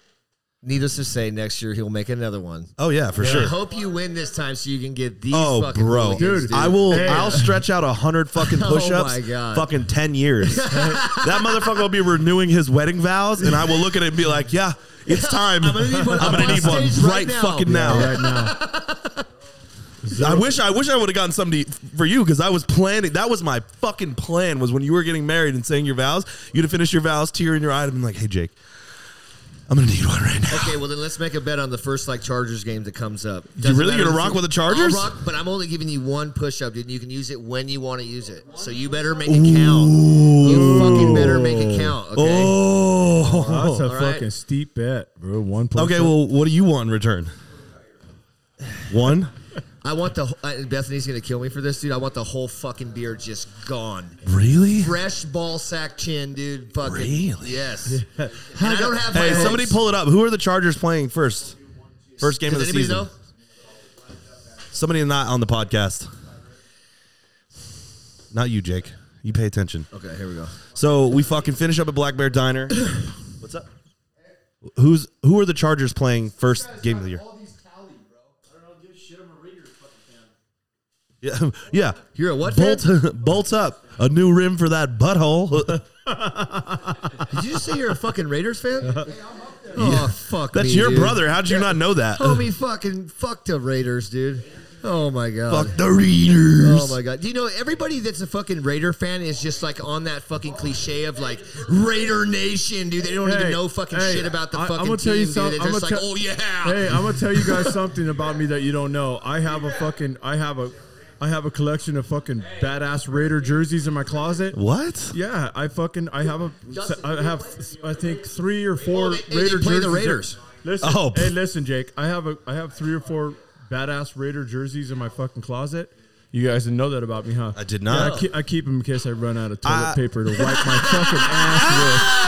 Speaker 4: needless to say, next year he'll make another one.
Speaker 1: Oh, yeah, for
Speaker 4: I
Speaker 1: sure.
Speaker 4: hope you win this time so you can get these.
Speaker 1: Oh,
Speaker 4: fucking
Speaker 1: bro,
Speaker 4: hooligans, dude.
Speaker 1: I will.
Speaker 2: Hey.
Speaker 1: I'll stretch out a hundred fucking
Speaker 4: Oh
Speaker 1: push-ups.
Speaker 4: my God.
Speaker 1: Fucking ten years. that motherfucker will be renewing his wedding vows, and I will look at it and be like, "Yeah, it's time. I'm
Speaker 4: gonna need one. I'm on
Speaker 1: need one
Speaker 4: stage right
Speaker 1: right,
Speaker 4: now."
Speaker 1: fucking now."
Speaker 2: Right now,
Speaker 1: I wish. I wish I would have gotten somebody for you because I was planning. That was my fucking plan. Was when you were getting married and saying your vows, you'd have finished your vows, tear in your eye, and been like, "Hey, Jake, I'm gonna need one right now."
Speaker 4: Okay, well then let's make a bet on the first like Chargers game that comes up.
Speaker 1: You really
Speaker 4: matter
Speaker 1: gonna
Speaker 4: if
Speaker 1: rock
Speaker 4: you-
Speaker 1: with the Chargers?
Speaker 4: I'll rock, but I'm only giving you one push up, dude. You can use it when you want to use it. So you better make it count. You fucking better make it count. Okay.
Speaker 1: Oh.
Speaker 2: that's a
Speaker 4: All right.
Speaker 2: fucking steep bet, bro. One push
Speaker 1: Okay. Well, what do you want in return? One.
Speaker 4: I want the. I- Bethany's gonna kill me for this, dude. I want the whole fucking beer just gone.
Speaker 1: Really?
Speaker 4: Fresh ball sack chin, dude. Fucking
Speaker 1: Really?
Speaker 4: yes. And I don't have.
Speaker 1: Hey,
Speaker 4: my
Speaker 1: somebody
Speaker 4: hopes.
Speaker 1: pull it up. Who are the Chargers playing first? First game
Speaker 4: Does
Speaker 1: of the
Speaker 4: anybody
Speaker 1: season.
Speaker 4: know?
Speaker 1: Somebody not on the podcast. Not you, Jake. You pay attention.
Speaker 4: Okay, here we go.
Speaker 1: So we fucking finish up at Black Bear Diner. What's up? Who's who are the Chargers playing first game of the year?
Speaker 5: All these tally, bro. I don't know, give a shit. I'm a Raiders fucking fan.
Speaker 1: Yeah, yeah.
Speaker 4: You're a what? fan?
Speaker 1: Bolt, bolt up a new rim for that butthole.
Speaker 4: Did you just say you're a fucking Raiders fan? Oh fuck!
Speaker 1: That's
Speaker 4: me,
Speaker 1: your
Speaker 4: dude. Oh
Speaker 1: brother. How'd you not know that?
Speaker 4: Homie, fucking fuck the Raiders, dude. Oh my god.
Speaker 1: Fuck the Raiders.
Speaker 4: Oh my god. Do you know everybody that's a fucking Raider fan is just like on that fucking cliche of like Raider Nation, dude. They don't even
Speaker 2: Hey,
Speaker 4: know fucking
Speaker 2: hey,
Speaker 4: shit about the
Speaker 2: I- I'm
Speaker 4: fucking
Speaker 2: gonna
Speaker 4: team,
Speaker 2: tell you
Speaker 4: dude.
Speaker 2: some-
Speaker 4: They're
Speaker 2: I'm
Speaker 4: just like,
Speaker 2: gonna
Speaker 4: oh
Speaker 2: tell-
Speaker 4: yeah.
Speaker 2: Hey, I'm gonna tell you guys something about me that you don't know. I have a fucking, I have a, I have a collection of fucking badass Raider jerseys in my closet.
Speaker 1: What?
Speaker 2: Yeah, I fucking, I have a,
Speaker 4: Justin,
Speaker 2: I have, I think three or four
Speaker 4: Oh, they- they
Speaker 2: Raider
Speaker 4: play the
Speaker 2: jerseys.
Speaker 4: Raiders.
Speaker 2: Listen,
Speaker 1: Oh,
Speaker 2: hey,
Speaker 1: pff.
Speaker 2: listen, Jake. I have a, I have three or four badass Raider jerseys in my fucking closet. You guys didn't know that about me, huh?
Speaker 1: I did
Speaker 2: Yeah,
Speaker 1: not.
Speaker 2: I, keep, I keep them in case I run out of toilet
Speaker 1: I-
Speaker 2: paper to wipe my fucking ass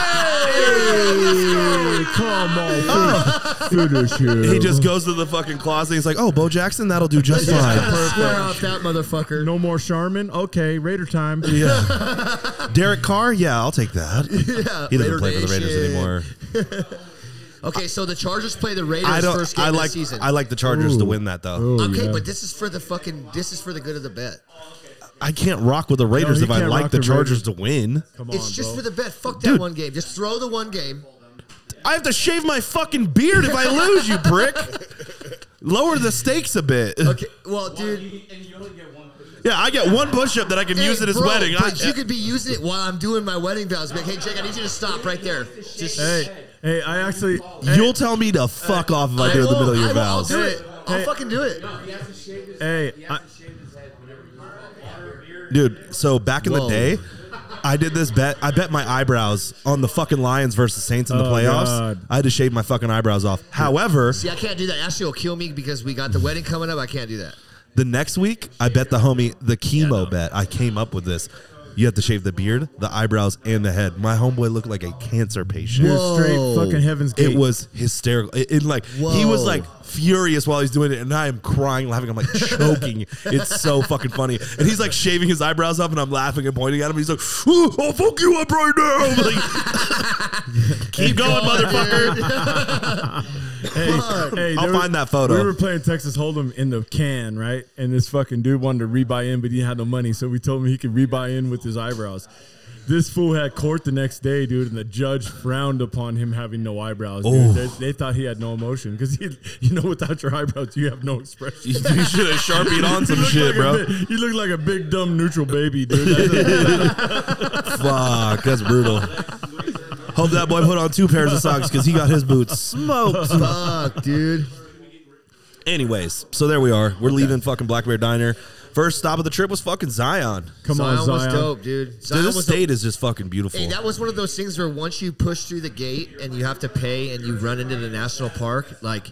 Speaker 2: with. Hey, come on, finish, finish him.
Speaker 1: Oh. He just goes to the fucking closet. He's like, "Oh, Bo Jackson, that'll do just fine."
Speaker 4: Square off that motherfucker.
Speaker 2: No more Charmin. Okay, Raider time.
Speaker 1: Yeah. Derek Carr? Yeah, I'll take that. he doesn't
Speaker 4: Raider
Speaker 1: play for the Raiders
Speaker 4: Nation.
Speaker 1: anymore.
Speaker 4: Okay, so the Chargers play the Raiders
Speaker 1: I
Speaker 4: first
Speaker 1: don't.
Speaker 4: game
Speaker 1: I
Speaker 4: of the
Speaker 1: like.
Speaker 4: season.
Speaker 1: I like the Chargers to win that though.
Speaker 2: Oh,
Speaker 4: okay,
Speaker 2: yeah.
Speaker 4: but this is for the fucking this is for the good of the bet.
Speaker 1: I can't rock with the Raiders
Speaker 2: he
Speaker 1: if I
Speaker 2: can't
Speaker 1: like
Speaker 2: rock
Speaker 1: the,
Speaker 2: the
Speaker 1: Chargers to win.
Speaker 2: Come
Speaker 4: It's
Speaker 2: on,
Speaker 4: just
Speaker 2: bro.
Speaker 4: for the bet. Fuck that
Speaker 1: Dude.
Speaker 4: one game. Just throw the one game.
Speaker 1: I have to shave my fucking beard if I lose, you prick. Lower the stakes a bit.
Speaker 4: Okay, well, dude,
Speaker 1: Yeah, I get one push-up that I can
Speaker 4: Hey,
Speaker 1: use at his
Speaker 4: bro,
Speaker 1: wedding. I,
Speaker 4: But you could be using it while I'm doing my wedding vows. Be Like, hey, Jake, I need you to stop right there. Just
Speaker 2: Hey, hey, I actually.
Speaker 1: you'll tell me to fuck off if I, do it in the
Speaker 4: will,
Speaker 1: middle of your
Speaker 4: I will,
Speaker 1: vows.
Speaker 4: I'll do it. I'll
Speaker 2: Hey.
Speaker 4: fucking do it.
Speaker 2: Hey, I,
Speaker 1: Dude, so back in
Speaker 4: Whoa.
Speaker 1: the day, I did this bet. I bet my eyebrows on the fucking Lions versus Saints in the
Speaker 2: Oh,
Speaker 1: playoffs.
Speaker 2: God.
Speaker 1: I had to shave my fucking eyebrows off. However,
Speaker 4: See, I can't do that. Ashley will kill me because we got the wedding coming up. I can't do that.
Speaker 1: the next week, I bet the homie the chemo bet. I came up with this. You have to shave the beard, the eyebrows, and the head. My homeboy looked like a cancer patient.
Speaker 2: dude, straight
Speaker 4: Whoa.
Speaker 2: fucking heaven's gate.
Speaker 1: It was hysterical. It, it, like he was
Speaker 4: Whoa.
Speaker 1: like furious while he's doing it, and I am crying, laughing. I'm like choking. it's so fucking funny. And he's like shaving his eyebrows up, and I'm laughing and pointing at him. He's like, "Ooh, "I'll fuck you up right now." I'm like, Keep going, motherfucker.
Speaker 2: Hey, hey,
Speaker 1: I'll
Speaker 2: there was-
Speaker 1: find that photo.
Speaker 2: We were playing Texas Hold'em in the can, right? And this fucking dude wanted to rebuy in, but he had no money, so we told him he could rebuy in with his eyebrows. This fool had court the next day, dude, and the judge frowned upon him having no eyebrows.
Speaker 1: Oh.
Speaker 2: Dude. They, they thought he had no emotion because he, you know, without your eyebrows, you have no expression.
Speaker 1: you should have sharpied on some
Speaker 2: You look
Speaker 1: shit,
Speaker 2: like a
Speaker 1: bro.
Speaker 2: bi- you look like a big dumb neutral baby, dude. That's a-
Speaker 1: Fuck, that's brutal. Hope that boy put on two pairs of socks because he got his boots smoked.
Speaker 4: Fuck, dude.
Speaker 1: Anyways, so there we are. We're leaving fucking Black Bear Diner. First stop of the trip was fucking Zion.
Speaker 2: Come
Speaker 4: Zion,
Speaker 2: on,
Speaker 4: was
Speaker 2: Zion.
Speaker 4: dope, dude. Zion
Speaker 1: Dude, this
Speaker 4: was
Speaker 1: state is just fucking beautiful.
Speaker 4: Hey, that was one of those things where once you push through the gate and you have to pay and you run into the national park, like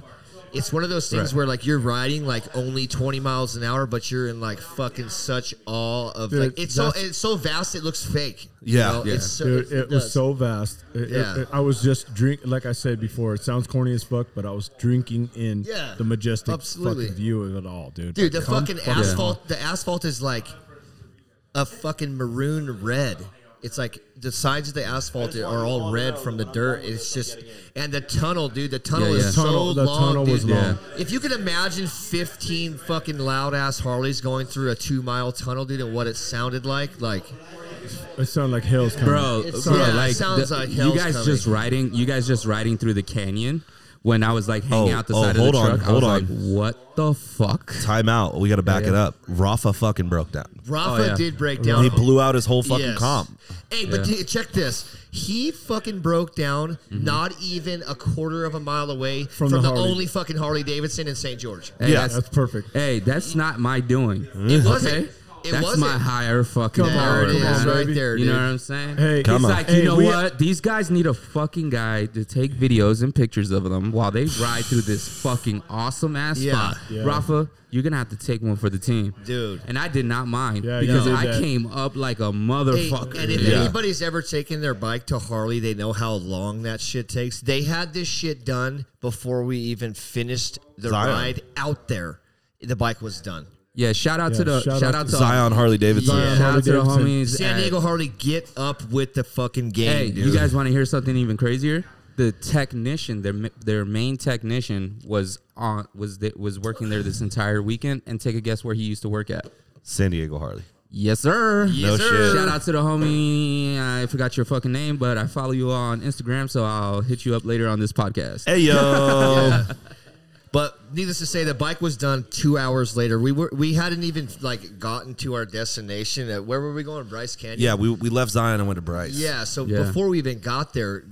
Speaker 4: it's one of those things where like you're riding like only 20 miles an hour, but you're in like fucking such awe of
Speaker 2: Dude,
Speaker 4: like it's so
Speaker 2: that's-
Speaker 4: it's so vast it looks fake.
Speaker 1: Yeah.
Speaker 4: you know?
Speaker 1: Yeah.
Speaker 4: It's so,
Speaker 2: Dude, it, was
Speaker 4: does.
Speaker 2: so vast. It- it-
Speaker 4: Yeah.
Speaker 2: it- I was just drink, like I said before. It sounds corny as fuck, but I was drinking in
Speaker 4: Yeah,
Speaker 2: the majestic
Speaker 4: absolutely.
Speaker 2: fucking view of it all, dude.
Speaker 4: dude. The
Speaker 2: Come
Speaker 4: fucking
Speaker 2: fuck-
Speaker 4: asphalt, the asphalt is like a fucking maroon red. It's like the sides of the asphalt are all red from the dirt. It's just and the tunnel, dude. The tunnel
Speaker 3: Yeah, yeah.
Speaker 4: is
Speaker 2: Tunnel-
Speaker 4: so
Speaker 2: the
Speaker 4: long.
Speaker 2: tunnel was
Speaker 4: dude.
Speaker 2: long.
Speaker 4: If you can imagine fifteen fucking loud ass Harleys going through a two mile tunnel, dude, and what it sounded like, like
Speaker 2: Oh, It sounded like hell's coming.
Speaker 3: bro.
Speaker 4: It's-
Speaker 3: bro,
Speaker 4: yeah, it
Speaker 3: like
Speaker 4: sounds
Speaker 3: the-
Speaker 4: like
Speaker 3: you
Speaker 4: hell's
Speaker 3: guys
Speaker 4: coming.
Speaker 3: just riding. You guys just riding through the canyon. When I was like hanging
Speaker 1: Oh,
Speaker 3: out the
Speaker 1: oh,
Speaker 3: side
Speaker 1: hold
Speaker 3: of
Speaker 1: on,
Speaker 3: the truck,
Speaker 1: hold
Speaker 3: I
Speaker 1: on.
Speaker 3: was like, "What the fuck?"
Speaker 1: Time out. We got to back
Speaker 3: Yeah,
Speaker 1: it
Speaker 3: yeah.
Speaker 1: up. Rafa fucking broke down.
Speaker 4: Rafa
Speaker 3: Oh, yeah.
Speaker 4: did break down.
Speaker 1: He blew out his whole fucking
Speaker 4: Yes.
Speaker 1: comp.
Speaker 4: Hey, but
Speaker 3: Yeah. Mm-hmm.
Speaker 4: d- check this. He fucking broke down not even a quarter of a mile away from,
Speaker 2: the
Speaker 4: the,
Speaker 2: Harley.
Speaker 4: only fucking Harley Davidson in St. George.
Speaker 1: Yeah.
Speaker 3: Hey,
Speaker 1: Mm-hmm.
Speaker 2: That's
Speaker 3: that's,
Speaker 2: perfect.
Speaker 3: hey, that's not my doing.
Speaker 4: It wasn't. It
Speaker 3: that's
Speaker 4: wasn't.
Speaker 3: my higher fucking
Speaker 2: Come on,
Speaker 3: power.
Speaker 4: there
Speaker 2: come
Speaker 4: it is
Speaker 3: man.
Speaker 2: on,
Speaker 4: right
Speaker 2: baby.
Speaker 4: there,
Speaker 3: You know
Speaker 4: dude.
Speaker 3: what I'm saying?
Speaker 2: Hey,
Speaker 3: it's
Speaker 1: Come on.
Speaker 3: like
Speaker 2: Hey,
Speaker 3: you know
Speaker 2: we-
Speaker 3: what? These guys need a fucking guy to take videos and pictures of them while they ride through this fucking awesome ass
Speaker 4: Yeah.
Speaker 3: spot.
Speaker 2: Yeah.
Speaker 3: Rafa, you're gonna have to take one for the team,
Speaker 4: Dude.
Speaker 3: And I did not mind
Speaker 2: Yeah, you
Speaker 3: because
Speaker 2: did
Speaker 3: I
Speaker 2: that.
Speaker 3: came up like a
Speaker 4: Hey,
Speaker 3: motherfucker.
Speaker 4: and if
Speaker 3: dude.
Speaker 4: anybody's ever taken their bike to Harley, they know how long that shit takes. They had this shit done before we even finished the
Speaker 1: Zion.
Speaker 4: ride out there. The bike was done.
Speaker 3: yeah, shout out
Speaker 2: Yeah,
Speaker 3: to the
Speaker 2: shout
Speaker 3: shout,
Speaker 2: out
Speaker 3: out to
Speaker 1: Zion Harley Davidson.
Speaker 2: Zion
Speaker 3: shout out to the
Speaker 2: Harley-Davidson.
Speaker 3: homies.
Speaker 4: San
Speaker 3: at-
Speaker 4: Diego Harley, get up with the fucking game,
Speaker 3: Hey,
Speaker 4: dude.
Speaker 3: you guys want to hear something even crazier? The technician, their ma- their main technician, was on was th- was working there this entire weekend. And take a guess where he used to work at?
Speaker 1: San Diego Harley.
Speaker 3: Yes, sir.
Speaker 1: No sir. shit.
Speaker 3: Shout out to the homie. I forgot your fucking name, but I follow you on Instagram, so I'll hit you up later on this podcast.
Speaker 1: Hey yo.
Speaker 4: But needless to say, the bike was done two hours later. We were we hadn't even like gotten to our destination. Uh, Where were we going? Bryce Canyon.
Speaker 1: yeah, we, we left Zion and went to Bryce.
Speaker 4: Yeah. So
Speaker 3: Yeah.
Speaker 4: before we even got there,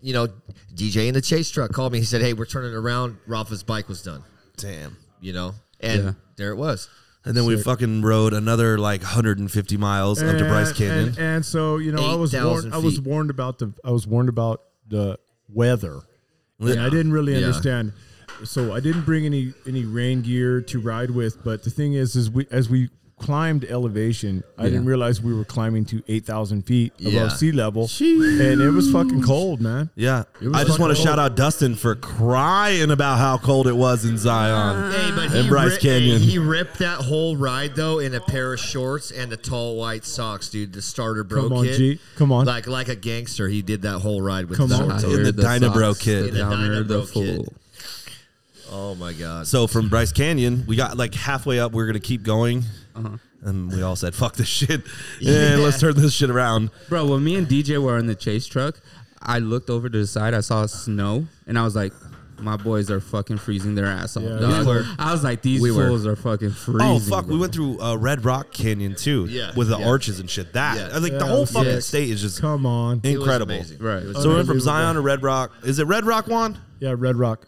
Speaker 4: you know, DJ in the chase truck called me. He said, "Hey, we're turning around. Rafa's bike was done."
Speaker 1: Damn.
Speaker 4: You know, and
Speaker 3: Yeah.
Speaker 4: there it was.
Speaker 1: And then we fucking rode another like 150 miles
Speaker 2: Eh,
Speaker 1: up to Bryce Canyon.
Speaker 2: And, and so you know, I was
Speaker 4: 8,000
Speaker 2: warned. I was
Speaker 4: feet.
Speaker 2: warned about the. I was warned about the weather. And I didn't really
Speaker 4: Yeah.
Speaker 2: understand. So I didn't bring any any rain gear to ride with. But the thing is, is we as we climbed elevation, I didn't realize we were climbing to eight thousand feet above
Speaker 4: Yeah.
Speaker 2: sea level, and it was fucking cold, man.
Speaker 1: yeah.
Speaker 2: was
Speaker 1: I just
Speaker 2: fucking
Speaker 1: want to
Speaker 2: cold.
Speaker 1: shout out Dustin for crying about how cold it was in Zion.
Speaker 4: Hey, but
Speaker 1: And
Speaker 4: he
Speaker 1: Bryce
Speaker 4: ri-
Speaker 1: Canyon.
Speaker 4: hey, he ripped that whole ride though in a pair of shorts and the tall white socks, dude. The starter bro
Speaker 2: Come on,
Speaker 4: kit.
Speaker 2: G. Come on.
Speaker 4: Like like a gangster, he did that whole ride with
Speaker 2: Come
Speaker 4: the
Speaker 2: on.
Speaker 4: shorts.
Speaker 1: In the Dynabro kid.
Speaker 3: The
Speaker 1: In the
Speaker 3: downer, the
Speaker 4: Dynabro kid.
Speaker 3: fool.
Speaker 4: Oh my god.
Speaker 1: So from Bryce Canyon, we got like halfway up. We are gonna keep going, and we all said, "Fuck this shit,
Speaker 4: Yeah.
Speaker 1: and let's turn this shit around."
Speaker 3: Bro, when me and DJ were in the chase truck, I looked over to the side. I saw snow, and I was like, "My boys are fucking freezing their ass off."
Speaker 2: Yeah, we
Speaker 3: dog.
Speaker 4: were.
Speaker 3: I was like, "These
Speaker 4: We were.
Speaker 3: fools are fucking freezing."
Speaker 1: Oh fuck,
Speaker 3: bro.
Speaker 1: we went through uh, Red Rock Canyon too,
Speaker 4: Yeah.
Speaker 1: with the
Speaker 4: Yeah.
Speaker 1: arches and shit. That
Speaker 4: Yeah.
Speaker 1: I like
Speaker 2: Yeah,
Speaker 1: the whole
Speaker 2: it was
Speaker 1: fucking
Speaker 4: sick.
Speaker 1: state is just
Speaker 2: Come on,
Speaker 4: It was
Speaker 1: incredible.
Speaker 4: amazing.
Speaker 3: Right.
Speaker 4: It was
Speaker 1: So we went from
Speaker 2: Unbelievable.
Speaker 1: Zion to Red Rock. Is it Red Rock one?
Speaker 2: yeah, Red Rock,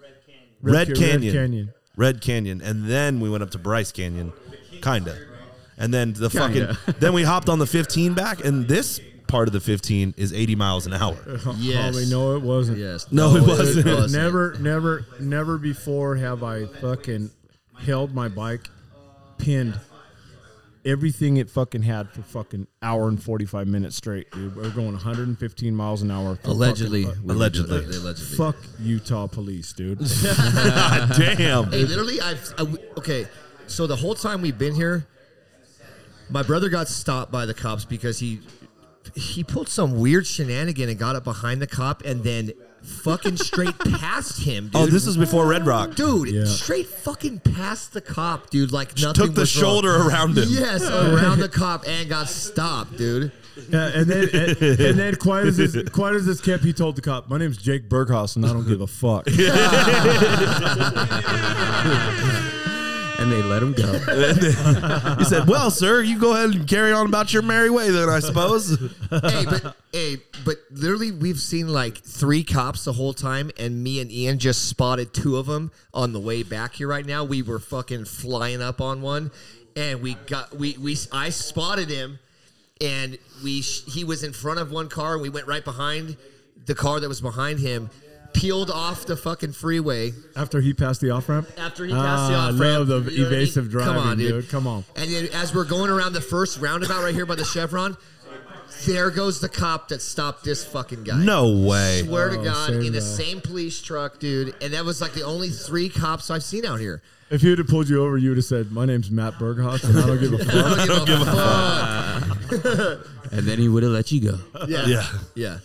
Speaker 1: Red,
Speaker 2: Ca-
Speaker 1: Canyon.
Speaker 2: Red Canyon.
Speaker 1: Red Canyon, and then we went up to Bryce Canyon, kinda, and then the
Speaker 3: Kinda.
Speaker 1: fucking. then we hopped on the 15 back, and this part of the 15 is 80 miles an hour.
Speaker 4: Yes.
Speaker 2: Homie, Oh, no, it wasn't.
Speaker 4: Yes.
Speaker 1: No, it wasn't.
Speaker 2: Never, never, never before have I fucking held my bike, pinned everything it fucking had for fucking hour and forty five minutes straight, dude. We're going 115 miles an hour. for
Speaker 4: Allegedly.
Speaker 2: fucking-
Speaker 1: Allegedly.
Speaker 4: Allegedly.
Speaker 2: fuck Utah police, dude.
Speaker 1: God damn.
Speaker 4: Hey, literally, I've I, okay. So the whole time we've been here, my brother got stopped by the cops because he he pulled some weird shenanigan and got up behind the cop and then fucking straight past him. Dude.
Speaker 1: Oh, this is before Red Rock.
Speaker 4: dude
Speaker 2: Yeah.
Speaker 4: straight fucking past the cop, dude. Like nothing
Speaker 1: Took the
Speaker 4: was wrong.
Speaker 1: shoulder around him.
Speaker 4: Yes, around the cop and got stopped, dude.
Speaker 2: Yeah, and then, and, and then, quiet as this, quiet as this kept, he told the cop, "My name's Jake Berghaus, and I don't give a fuck."
Speaker 3: and they let him go.
Speaker 1: He said, "Well, sir, you go ahead and carry on about your merry way, then I suppose."
Speaker 4: hey, but hey, but literally, we've seen like three cops the whole time, and me and Ian just spotted two of them on the way back here. Right now, we were fucking flying up on one, and we got we we I spotted him, and we sh- he was in front of one car, and we went right behind the car that was behind him, peeled off the fucking freeway
Speaker 2: After he passed the off ramp?
Speaker 4: after he passed the
Speaker 2: Ah, I
Speaker 4: off
Speaker 2: love
Speaker 4: ramp.
Speaker 2: the
Speaker 4: you know what I mean?
Speaker 2: evasive driving, dude. Come on.
Speaker 4: And then as we're going around the first roundabout right here by the Chevron, there goes the cop that stopped this fucking guy.
Speaker 1: No way.
Speaker 4: Swear to
Speaker 2: Oh,
Speaker 4: God,
Speaker 2: same
Speaker 4: in the
Speaker 2: guy.
Speaker 4: same police truck, dude. And that was like the only three cops I've seen out here.
Speaker 2: If he would have pulled you over, you would have said, "My name's Matt Berghoff, and I don't give a fuck."
Speaker 4: I don't give a fuck.
Speaker 3: and then he would have let you go.
Speaker 4: Yeah.
Speaker 1: Yeah.
Speaker 4: Yeah.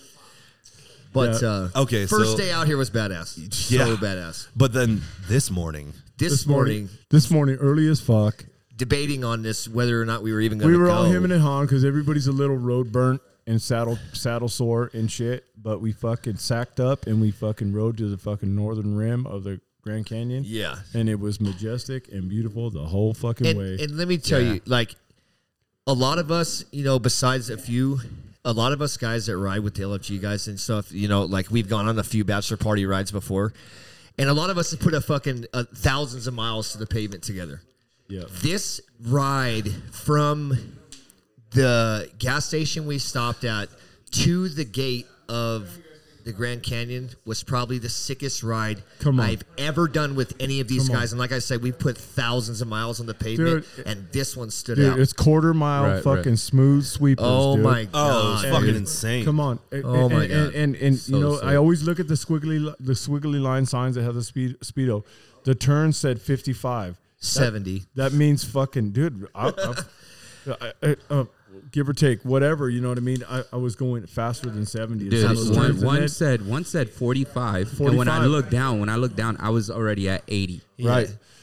Speaker 4: But
Speaker 2: Yeah.
Speaker 4: uh,
Speaker 1: Okay,
Speaker 4: first
Speaker 1: so-
Speaker 4: day out here was badass. So
Speaker 1: Yeah.
Speaker 4: badass.
Speaker 1: But then this morning,
Speaker 4: This, morning,
Speaker 2: this morning, early as fuck,
Speaker 4: debating on this whether or not we were even going
Speaker 2: we
Speaker 4: to
Speaker 2: were
Speaker 4: go.
Speaker 2: all hemming and hawing because everybody's a little road burnt and saddle saddle sore and shit. But we fucking sacked up and we fucking rode to the fucking northern rim of the Grand Canyon.
Speaker 4: Yeah.
Speaker 2: and it was majestic and beautiful the whole fucking
Speaker 4: and,
Speaker 2: way.
Speaker 4: and let me tell you, like a lot of us, you know, besides a few, a lot of us guys that ride with the LFG guys and stuff, you know, like we've gone on a few bachelor party rides before, and a lot of us have put a fucking uh, thousands of miles to the pavement together.
Speaker 2: yeah,
Speaker 4: This ride from the gas station we stopped at to the gate of the Grand Canyon was probably the sickest ride
Speaker 2: Come on.
Speaker 4: I've ever done with any of these
Speaker 2: Come on.
Speaker 4: guys. And like I said, we put thousands of miles on the pavement, and this one stood
Speaker 2: dude,
Speaker 4: out.
Speaker 2: it's quarter mile
Speaker 3: Right, right.
Speaker 2: fucking smooth sweepers.
Speaker 4: Oh
Speaker 2: dude.
Speaker 4: my
Speaker 1: oh, it's
Speaker 4: god!
Speaker 1: fucking
Speaker 4: dude.
Speaker 1: insane.
Speaker 2: Come on! And-
Speaker 4: Oh
Speaker 2: and-
Speaker 4: my
Speaker 2: and-
Speaker 4: God.
Speaker 2: And and, and
Speaker 3: So
Speaker 2: you know,
Speaker 3: sick.
Speaker 2: I always look at the squiggly li- the squiggly line signs that have the speed speedo. The turn said fifty five.
Speaker 4: seventy.
Speaker 2: That means fucking dude. I, I, I, I, uh, give or take, whatever. You know what I mean. I, I was going faster than seventy.
Speaker 3: Dude,
Speaker 2: Some of the
Speaker 3: one,
Speaker 2: turns in
Speaker 3: one
Speaker 2: it-
Speaker 3: said one said 45, and when I
Speaker 2: 45.
Speaker 3: looked down, when I looked down, I was already at 80.
Speaker 2: right.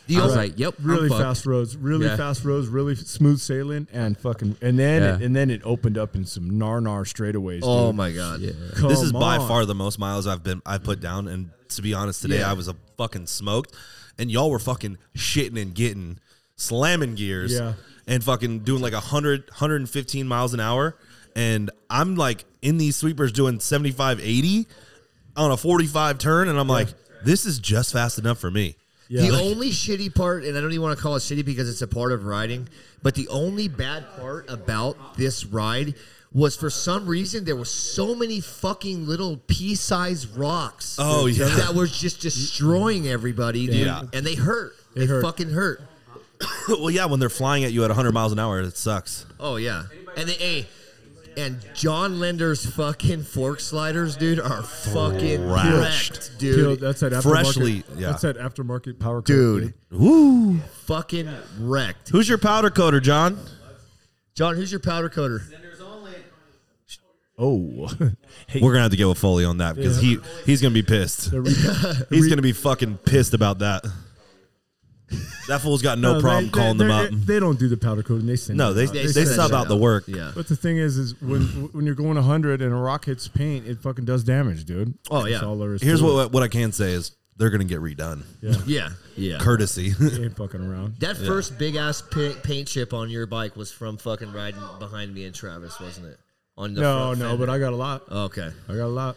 Speaker 3: I was
Speaker 2: Right.
Speaker 3: like, "Yep, I'm
Speaker 2: Really
Speaker 3: fucked.
Speaker 2: fast roads, really
Speaker 3: Yeah.
Speaker 2: fast roads, really smooth sailing, and fucking, and then
Speaker 3: Yeah.
Speaker 2: and then it opened up in some nar nar straightaways.
Speaker 4: Oh
Speaker 2: dude.
Speaker 4: my god!
Speaker 1: this is
Speaker 2: Come
Speaker 1: by
Speaker 2: on.
Speaker 1: far the most miles I've been I've put down, and to be honest, today
Speaker 4: Yeah.
Speaker 1: I was a fucking smoked, and y'all were fucking shitting and getting, slamming gears,
Speaker 2: Yeah.
Speaker 1: and fucking doing like 100, 115 miles an hour, and I'm like in these sweepers doing 75, 80 on a 45 turn, and I'm like, this is just fast enough for me.
Speaker 2: Yeah.
Speaker 4: The only shitty part, and I don't even want to call it shitty because it's a part of riding, but the only bad part about this ride was for some reason there were so many fucking little pea-sized rocks.
Speaker 1: Oh, yeah.
Speaker 4: that was just destroying everybody, dude.
Speaker 1: Yeah.
Speaker 4: And they hurt. They
Speaker 2: hurt.
Speaker 4: fucking hurt.
Speaker 1: well, yeah, when they're flying at you at 100 miles an hour, it sucks.
Speaker 4: Oh yeah. And they, hey, and John Lender's fucking fork sliders, dude, are fucking
Speaker 1: Thrashed.
Speaker 4: wrecked,
Speaker 2: Dude,
Speaker 4: dude.
Speaker 2: that's that aftermarket.
Speaker 1: Freshly- yeah.
Speaker 2: That's that aftermarket power. cut,
Speaker 4: Dude.
Speaker 1: Woo!
Speaker 4: fucking wrecked.
Speaker 1: Who's your powder coater, John?
Speaker 4: John, who's your powder coater?
Speaker 2: Oh,
Speaker 1: We're gonna have to get with Foley on that because he he's gonna be pissed.
Speaker 2: the re-
Speaker 1: He's gonna be fucking pissed about that. That fool's got no
Speaker 2: Oh, they-
Speaker 1: problem
Speaker 2: they-
Speaker 1: calling
Speaker 2: they-
Speaker 1: them out.
Speaker 2: They, they don't do the powder coating. They send.
Speaker 1: No,
Speaker 2: it
Speaker 1: they
Speaker 2: out.
Speaker 1: they, sub out the work.
Speaker 4: Yeah.
Speaker 2: But the thing is, is when when you're going 100 and a rock hits paint, it fucking does damage, dude.
Speaker 4: Oh,
Speaker 2: That's
Speaker 4: yeah.
Speaker 2: all there is
Speaker 1: Here's
Speaker 2: to it.
Speaker 1: what what I can say is they're gonna get redone.
Speaker 4: Yeah. Yeah.
Speaker 1: Courtesy.
Speaker 2: They ain't fucking around.
Speaker 4: That first big ass pa- paint chip on your bike was from fucking riding behind me and Travis, wasn't it? On the
Speaker 2: No,
Speaker 4: front
Speaker 2: no,
Speaker 4: fender.
Speaker 2: but I got a lot.
Speaker 4: okay.
Speaker 2: I got a lot.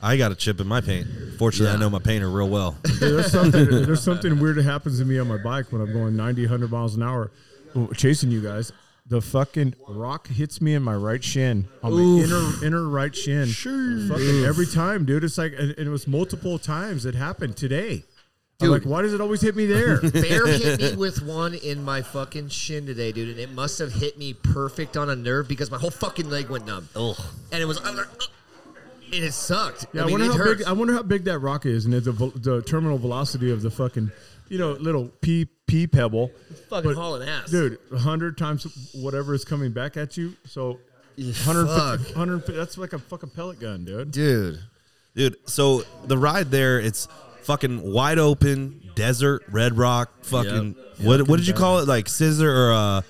Speaker 1: I got a chip in my paint. Fortunately, I
Speaker 4: Yeah.
Speaker 1: know my painter real well.
Speaker 2: Dude, there's something. there's something weird that happens to me on my bike when I'm going 90, 100 miles an hour, chasing you guys. The fucking rock hits me in my right shin, on the inner inner right shin. Sure. Fucking every time, dude. It's like, and and it was multiple times. It happened today. I'm like,
Speaker 4: Dude.
Speaker 2: why does it always hit me there?
Speaker 4: Bear hit me with one in my fucking shin today, dude, and it must have hit me perfect on a nerve because my whole fucking leg went numb. Oh. And it was. And it sucked.
Speaker 2: Yeah, I,
Speaker 4: I mean,
Speaker 2: wonder
Speaker 4: it
Speaker 2: how
Speaker 4: hurts.
Speaker 2: big. I wonder how big that rock is, and it's the, vel- the terminal velocity of the fucking, you know, little pea pea pebble.
Speaker 4: fucking
Speaker 2: But,
Speaker 4: hauling ass.
Speaker 2: dude. Hundred times whatever is coming back at you. So,
Speaker 4: Fuck.
Speaker 2: 150, 150 That's like a fucking pellet gun, dude.
Speaker 4: Dude.
Speaker 1: Dude, so the ride there, it's fucking wide open, desert, red rock, fucking what what did you call it? Like scissor or uh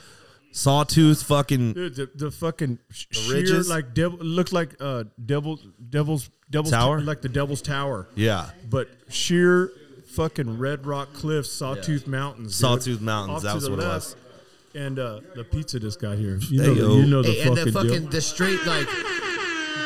Speaker 1: sawtooth fucking
Speaker 2: Dude, the, the fucking sh- sheer,
Speaker 1: ridges?
Speaker 2: like devil looked like uh devil devil's devil's
Speaker 1: Tower?
Speaker 2: like the devil's tower.
Speaker 1: Yeah.
Speaker 2: but sheer fucking Red Rock Cliffs, Sawtooth Mountains. dude.
Speaker 1: Sawtooth Mountains,
Speaker 2: Off
Speaker 1: that
Speaker 2: to
Speaker 1: was
Speaker 2: the
Speaker 1: what it
Speaker 2: left.
Speaker 1: was.
Speaker 2: And uh, the pizza just got here. You
Speaker 1: Hey,
Speaker 2: know,
Speaker 1: yo.
Speaker 2: the, you know the
Speaker 4: Hey, and
Speaker 2: fucking,
Speaker 4: the fucking
Speaker 2: deal.
Speaker 4: the straight like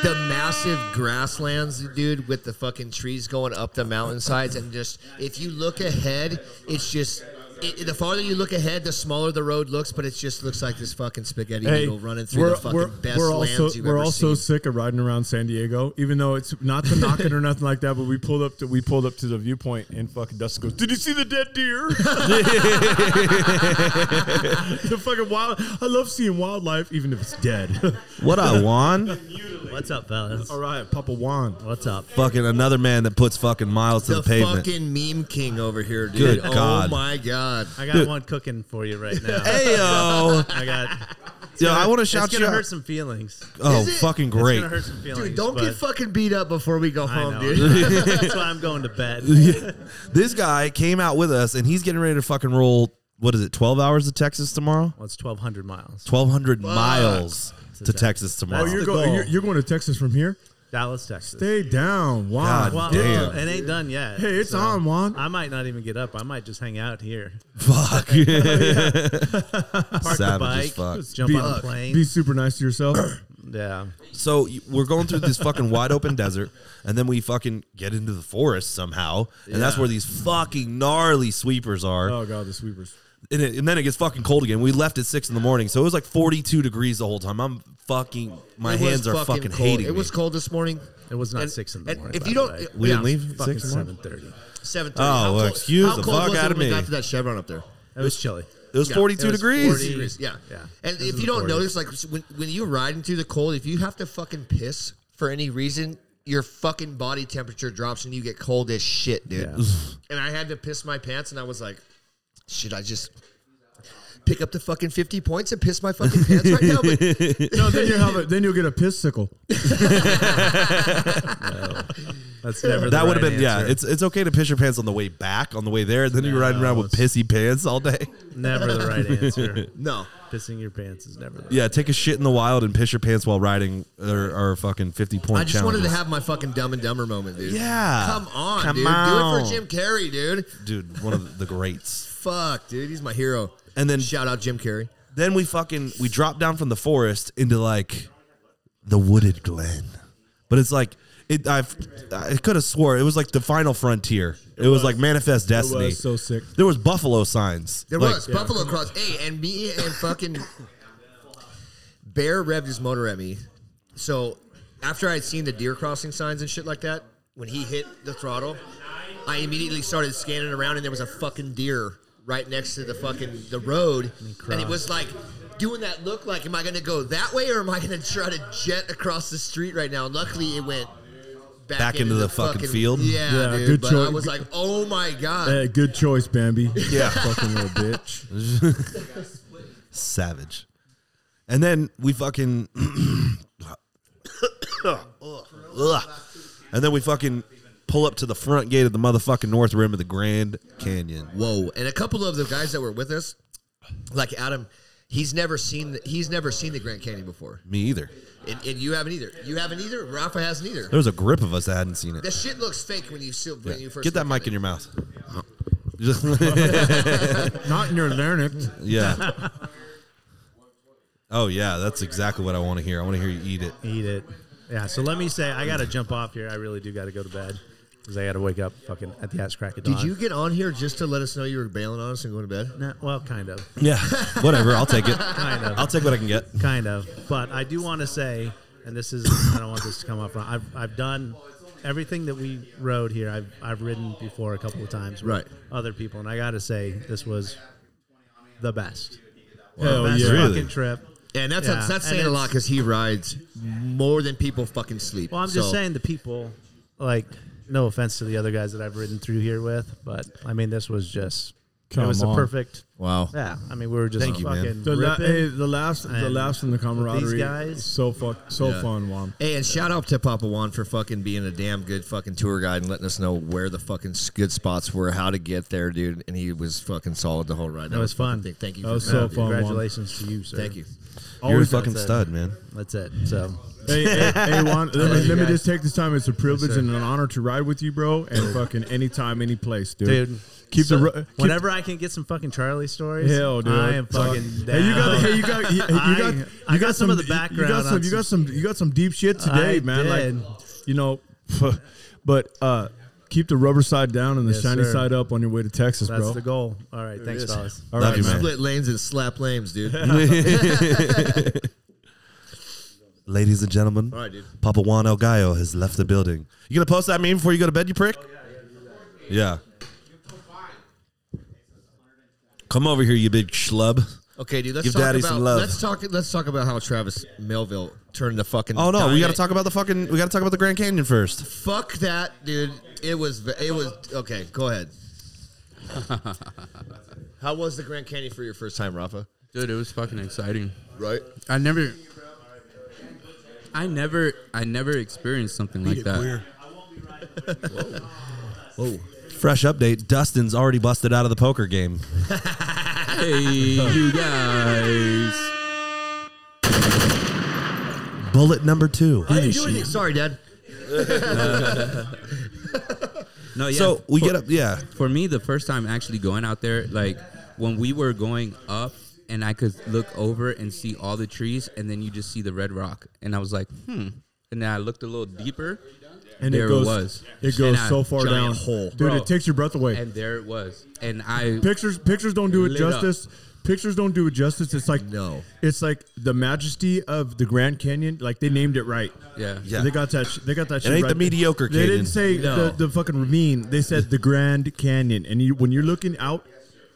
Speaker 4: the massive grasslands, dude, with the fucking trees going up the mountainsides, and just if you look ahead, it's just. It, the farther you look ahead, the smaller the road looks, but it just looks like this fucking spaghetti needle running through the fucking best lands
Speaker 2: also,
Speaker 4: you've
Speaker 2: we're
Speaker 4: ever
Speaker 2: also
Speaker 4: seen.
Speaker 2: sick of riding around San Diego, even though it's not to knock it or nothing like that. But we pulled up to we pulled up to the viewpoint, and fucking Dustin goes, "Did you see the dead deer?" the fucking wild. I love seeing wildlife, even if it's dead.
Speaker 1: What I want,
Speaker 8: What's up, fellas?
Speaker 2: All right, Papa Juan.
Speaker 8: What's up?
Speaker 1: fucking another man that puts fucking miles to the,
Speaker 4: The
Speaker 1: pavement.
Speaker 4: fucking meme king over here,
Speaker 1: Good
Speaker 4: dude.
Speaker 1: God.
Speaker 4: Oh my god.
Speaker 8: I got
Speaker 1: Dude.
Speaker 8: one cooking for you right now.
Speaker 1: hey yo,
Speaker 8: I got.
Speaker 1: yo, I want to
Speaker 8: It's
Speaker 1: shout
Speaker 8: gonna
Speaker 1: you out.
Speaker 8: hurt some feelings.
Speaker 1: Oh,
Speaker 4: Is it?
Speaker 1: fucking
Speaker 8: It's
Speaker 1: great.
Speaker 8: gonna hurt some feelings.
Speaker 4: Dude, don't get
Speaker 8: but
Speaker 4: fucking beat up before we go
Speaker 8: I
Speaker 4: home,
Speaker 8: know.
Speaker 4: dude.
Speaker 8: That's why I'm going to bed.
Speaker 1: This guy came out with us, and he's getting ready to fucking roll. What is it? Twelve hours to Texas tomorrow.
Speaker 8: Well, it's 1,200 miles.
Speaker 1: Twelve hundred miles to
Speaker 8: Texas.
Speaker 1: Texas tomorrow.
Speaker 2: Oh, you're,
Speaker 8: the
Speaker 2: go,
Speaker 8: goal.
Speaker 2: you're, you're going to Texas from here?
Speaker 8: Dallas, Texas.
Speaker 2: Stay down, Juan.
Speaker 1: God
Speaker 8: well,
Speaker 1: damn.
Speaker 8: it ain't done yet.
Speaker 2: Hey, it's
Speaker 8: so
Speaker 2: on, Juan.
Speaker 8: I might not even get up. I might just hang out here.
Speaker 1: Fuck.
Speaker 8: Park the
Speaker 1: Savage
Speaker 8: bike.
Speaker 1: as fuck.
Speaker 8: Jump
Speaker 2: Be-
Speaker 8: on a plane.
Speaker 2: Be super nice to yourself.
Speaker 8: yeah.
Speaker 1: So y- we're going through this fucking wide open desert, and then we fucking get into the forest somehow, and that's where these fucking gnarly sweepers are.
Speaker 2: oh god, the sweepers.
Speaker 1: And, it, and then it gets fucking cold again. We left at six in the morning, so it was like forty-two degrees the whole time. I'm fucking, my
Speaker 4: It was
Speaker 1: hands are fucking,
Speaker 4: cold.
Speaker 1: hating
Speaker 4: It was
Speaker 1: me.
Speaker 4: cold this morning.
Speaker 8: It was not
Speaker 4: And-
Speaker 8: six in the
Speaker 4: and
Speaker 8: morning.
Speaker 4: If
Speaker 8: by
Speaker 4: you
Speaker 8: the
Speaker 4: don't,
Speaker 8: way.
Speaker 1: We
Speaker 4: yeah,
Speaker 1: didn't leave.
Speaker 8: fucking
Speaker 1: Six in the morning?
Speaker 8: seven thirty.
Speaker 4: Seven
Speaker 1: Oh,
Speaker 4: thirty. how
Speaker 1: well,
Speaker 4: cold,
Speaker 1: excuse
Speaker 4: how
Speaker 1: the
Speaker 4: cold
Speaker 1: fuck
Speaker 4: was it
Speaker 1: out of
Speaker 4: when We
Speaker 1: me.
Speaker 4: got to that chevron up there.
Speaker 8: It was chilly.
Speaker 1: It was
Speaker 4: Yeah,
Speaker 1: forty-two
Speaker 4: it was
Speaker 1: degrees.
Speaker 4: 40 degrees, Yeah.
Speaker 8: Yeah.
Speaker 4: And
Speaker 8: It was
Speaker 4: if
Speaker 8: in
Speaker 4: you
Speaker 8: the
Speaker 4: don't
Speaker 8: 40s.
Speaker 4: notice, like when, when you're riding through the cold, if you have to fucking piss for any reason, your fucking body temperature drops and you get cold as shit, dude.
Speaker 8: Yeah.
Speaker 4: And I had to piss my pants and I was like, should I just pick up the fucking 50 points and piss my fucking pants right now? But
Speaker 2: No, then you have a, then you'll get a piss sickle.
Speaker 8: That's never.
Speaker 1: That
Speaker 8: the
Speaker 1: would have
Speaker 8: right
Speaker 1: been yeah.
Speaker 8: answer.
Speaker 1: It's it's okay to piss your pants on the way back, on the way there, and then you're riding around with pissy pants all day.
Speaker 8: never the right answer.
Speaker 4: no.
Speaker 8: Pissing your pants is never the.
Speaker 1: Yeah, take a shit in the wild and piss your pants while riding or, or fucking fifty point.
Speaker 4: I just wanted
Speaker 1: challenges.
Speaker 4: to have my fucking dumb and dumber moment, dude.
Speaker 1: Yeah.
Speaker 4: Come on,
Speaker 1: Uh, Come
Speaker 4: dude.
Speaker 1: on.
Speaker 4: Do it for Jim Carrey, dude.
Speaker 1: dude, one of the greats.
Speaker 4: Fuck, dude. He's my hero.
Speaker 1: And then-
Speaker 4: shout out Jim Carrey.
Speaker 1: then we fucking we drop down from the forest into like the wooded glen but it's like it i've i could have swore it was like the final frontier it, was, like manifest destiny
Speaker 2: was so sick.
Speaker 1: there was buffalo signs
Speaker 4: There
Speaker 1: Like,
Speaker 4: was Buffalo Cross. Hey, and me and fucking Bear revved his motor at me. So after I'd seen the deer crossing signs and shit like that, when he hit the throttle, I immediately started scanning around, and there was a fucking deer right next to the fucking the road, and he was like. Doing that look like, am I going to go that way or am I going to try to jet across the street right now? Luckily, it went back,
Speaker 1: Back into the fucking field?
Speaker 4: Yeah,
Speaker 2: Yeah,
Speaker 4: dude.
Speaker 2: good
Speaker 4: but I
Speaker 2: choice.
Speaker 4: was like, oh my god.
Speaker 2: Hey, good choice, Bambi. Yeah, fucking little bitch.
Speaker 1: savage and then we fucking Ugh. and then we fucking pull up to the front gate of the motherfucking north rim of the grand canyon
Speaker 4: Whoa! And a couple of the guys that were with us, like Adam, he's never seen he's never seen the Grand Canyon before,
Speaker 1: me either
Speaker 4: and, and you haven't either. You haven't either. Rafa hasn't either.
Speaker 1: there was a grip of us that hadn't seen it
Speaker 4: The shit looks fake when you see when you first
Speaker 1: Get that mic
Speaker 4: look at
Speaker 1: in
Speaker 4: it.
Speaker 1: your mouth.
Speaker 2: Not in your larynx.
Speaker 1: yeah. Oh yeah, that's exactly what I want to hear. I want to hear you eat it.
Speaker 8: Eat it. Yeah. So let me say, I gotta jump off here. I really do gotta go to bed because I gotta wake up fucking at the ass crack of dawn.
Speaker 4: Did you get on here just to let us know you were bailing on us and going to bed?
Speaker 8: Nah, well, kind of,
Speaker 1: Yeah. Whatever, I'll take it.
Speaker 8: kind of,
Speaker 1: I'll take what I can get.
Speaker 8: kind of. But I do want to say, and this is, I don't want this to come off wrong. I've, I've done everything that we rode here. I've, I've ridden before a couple of times, with
Speaker 4: Right.
Speaker 8: Other people, and I gotta say, this was the best.
Speaker 2: Hell
Speaker 8: best
Speaker 2: yeah.
Speaker 1: Really?
Speaker 8: fucking trip.
Speaker 4: And that's
Speaker 8: Yeah.
Speaker 4: that's
Speaker 8: And
Speaker 4: saying a lot
Speaker 8: it's-
Speaker 4: because he rides more than people fucking sleep.
Speaker 8: Well, I'm just
Speaker 4: So,
Speaker 8: saying the people, like, no offense to the other guys that I've ridden through here with, but I mean, this was just, it
Speaker 2: Come
Speaker 8: was the
Speaker 2: on.
Speaker 8: perfect.
Speaker 4: Wow.
Speaker 8: Yeah, I mean, we were just
Speaker 1: Thank you, man.
Speaker 8: fucking
Speaker 2: The, la-
Speaker 8: ripping.
Speaker 2: hey, the laughs, the
Speaker 8: And
Speaker 2: laughs and the camaraderie.
Speaker 8: guys-
Speaker 2: is so fuck, so fun, Juan.
Speaker 4: Hey, and shout out to Papa Juan for fucking being a damn good fucking tour guide and letting us know where the fucking s- good spots were, how to get there, dude. And he was fucking solid the whole ride. That,
Speaker 8: was
Speaker 4: fucking
Speaker 8: fun.
Speaker 4: thing. Thank you.
Speaker 2: That
Speaker 4: for
Speaker 2: was
Speaker 4: that,
Speaker 2: so
Speaker 4: dude.
Speaker 2: fun. Juan.
Speaker 8: Congratulations to you, sir.
Speaker 4: Thank you.
Speaker 1: You're a
Speaker 8: Always
Speaker 1: fucking
Speaker 8: that's it.
Speaker 1: stud, man.
Speaker 8: That's it. So
Speaker 2: hey, hey, hey, Juan, let, me, let me
Speaker 8: guys.
Speaker 2: just take this time. It's a privilege
Speaker 8: sir.
Speaker 2: and an honor to ride with you, bro. And fucking anytime, any place, dude.
Speaker 8: dude.
Speaker 2: keep
Speaker 8: so
Speaker 2: the ru- keep-
Speaker 8: whenever I can get some fucking Charlie stories,
Speaker 2: Hell, dude!
Speaker 8: I am
Speaker 2: Fuck.
Speaker 8: fucking down.
Speaker 2: Hey, you got, hey, you got, you, you
Speaker 8: I-
Speaker 2: got,
Speaker 8: I
Speaker 2: you
Speaker 8: got some of the
Speaker 2: You got
Speaker 8: background
Speaker 2: some,
Speaker 8: on
Speaker 2: you got
Speaker 8: some
Speaker 2: some, you got some deep shit today,
Speaker 8: I
Speaker 2: man.
Speaker 8: did.
Speaker 2: Like, you know, but uh, keep the rubber side down and the
Speaker 8: Yes,
Speaker 2: shiny
Speaker 8: sir.
Speaker 2: side up on your way to Texas,
Speaker 8: That's
Speaker 2: bro.
Speaker 8: the goal. All right, thanks, fellas.
Speaker 2: All
Speaker 1: Love
Speaker 2: right,
Speaker 1: you, man.
Speaker 4: Split lanes and slap lanes, dude.
Speaker 1: Ladies and gentlemen,
Speaker 4: All right, dude.
Speaker 1: Papa Juan El Gallo has left the building. You gonna post that meme before you go to bed, you prick?
Speaker 4: Oh,
Speaker 1: yeah, Come over here, you big schlub.
Speaker 4: Okay, dude. Let's
Speaker 1: Give
Speaker 4: talk
Speaker 1: Daddy
Speaker 4: about,
Speaker 1: some love.
Speaker 4: Let's talk. Let's talk about how Travis Melville turned the fucking.
Speaker 1: Oh no, we got to
Speaker 4: diet.
Speaker 1: talk about the fucking. We got to talk about the Grand Canyon first.
Speaker 4: Fuck that, dude. It was. It was. Okay, go ahead. how was the Grand Canyon for your first time, Rafa?
Speaker 3: Dude, it was fucking exciting.
Speaker 4: Right.
Speaker 3: I never, I never, I never experienced something like that.
Speaker 4: Whoa.
Speaker 1: Fresh update: Dustin's already busted out of the poker game.
Speaker 3: Hey, you guys.
Speaker 1: Bullet number two.
Speaker 4: I didn't do anything. Sorry, Dad.
Speaker 3: No, yeah.
Speaker 1: So we
Speaker 3: for,
Speaker 1: get up. Yeah,
Speaker 3: for me the first time actually going out there. Like when we were going up, and I could look over and see all the trees, and then you just see the red rock, and I was like, hmm. And then I looked a little deeper,
Speaker 2: And
Speaker 3: there
Speaker 2: it goes,
Speaker 3: it was,
Speaker 2: it goes
Speaker 3: And I-
Speaker 2: so far down,
Speaker 4: giant hole.
Speaker 2: dude.
Speaker 3: Bro.
Speaker 2: It takes your breath away.
Speaker 3: and there it was, and I
Speaker 2: pictures, pictures don't do it
Speaker 3: Lit up.
Speaker 2: justice. Pictures don't do it justice. It's like
Speaker 4: No.
Speaker 2: it's like the majesty of the Grand Canyon. Like they named it right.
Speaker 3: yeah
Speaker 1: Yeah.
Speaker 2: They got that. Sh- they got that. shit
Speaker 1: ain't
Speaker 2: right
Speaker 1: the
Speaker 2: there.
Speaker 1: mediocre
Speaker 2: They
Speaker 1: canyon.
Speaker 2: didn't say the, the fucking ravine. They said the Grand Canyon. And you, when you're looking out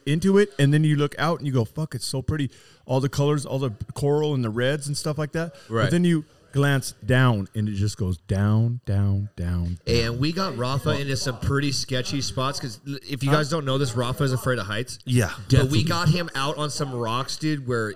Speaker 2: into it, and then you look out and you go, "Fuck, it's so pretty! All the colors, all the coral and the reds and stuff like that."
Speaker 3: Right.
Speaker 2: But then you glance down, and it just goes down, down, down.
Speaker 4: And we got Rafa into some pretty sketchy spots because if you guys don't know this, Rafa is afraid of heights.
Speaker 1: yeah.
Speaker 4: But we got him out on some rocks, dude, where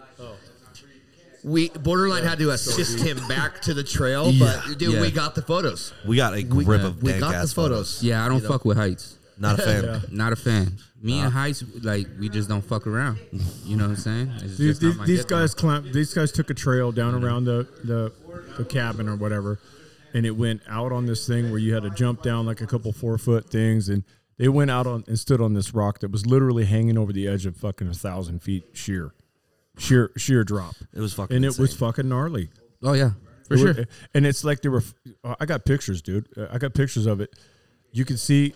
Speaker 4: we borderline had to assist him back to the trail.
Speaker 1: Yeah.
Speaker 4: But dude,
Speaker 3: Yeah.
Speaker 4: we got the photos.
Speaker 1: We got a
Speaker 4: We,
Speaker 1: grip of
Speaker 4: we
Speaker 1: dank
Speaker 4: got the
Speaker 1: ass
Speaker 4: photos.
Speaker 3: yeah I don't fuck with heights.
Speaker 1: Not a fan.
Speaker 3: Not a fan. Me and Heights, like we just don't fuck around. You know what I'm saying? It's
Speaker 2: These,
Speaker 3: just not
Speaker 2: these,
Speaker 3: my
Speaker 2: these
Speaker 3: get
Speaker 2: guys
Speaker 3: down.
Speaker 2: climbed. These guys took a trail
Speaker 1: Mm-hmm.
Speaker 2: down around the, the the cabin or whatever, and it went out on this thing where you had to jump down like a couple four foot things, and they went out on and stood on this rock that was literally hanging over the edge of fucking a thousand feet sheer, sheer sheer drop,
Speaker 1: It was fucking.
Speaker 2: and it
Speaker 1: insane.
Speaker 2: was fucking gnarly.
Speaker 3: Oh yeah, for
Speaker 2: It
Speaker 3: sure.
Speaker 2: wa- And it's like they were. uh, I got pictures, dude. Uh, I got pictures of it. You can see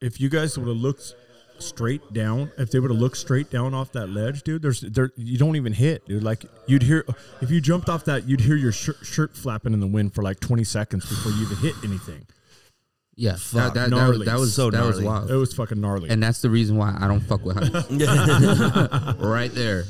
Speaker 2: if you guys would have looked straight down. If they would have looked straight down off that ledge, dude. There's there. You don't even hit, dude. Like you'd hear if you jumped off that, you'd hear your shirt, shirt flapping in the wind for like 20 seconds before you even hit anything.
Speaker 3: yeah,
Speaker 1: fuck,
Speaker 3: that, that, that,
Speaker 2: gnarly.
Speaker 3: was- that was
Speaker 1: So
Speaker 3: that was
Speaker 1: gnarly.
Speaker 2: It
Speaker 3: wild,
Speaker 2: was fucking gnarly.
Speaker 3: and that's the reason why I don't fuck with heights. right there.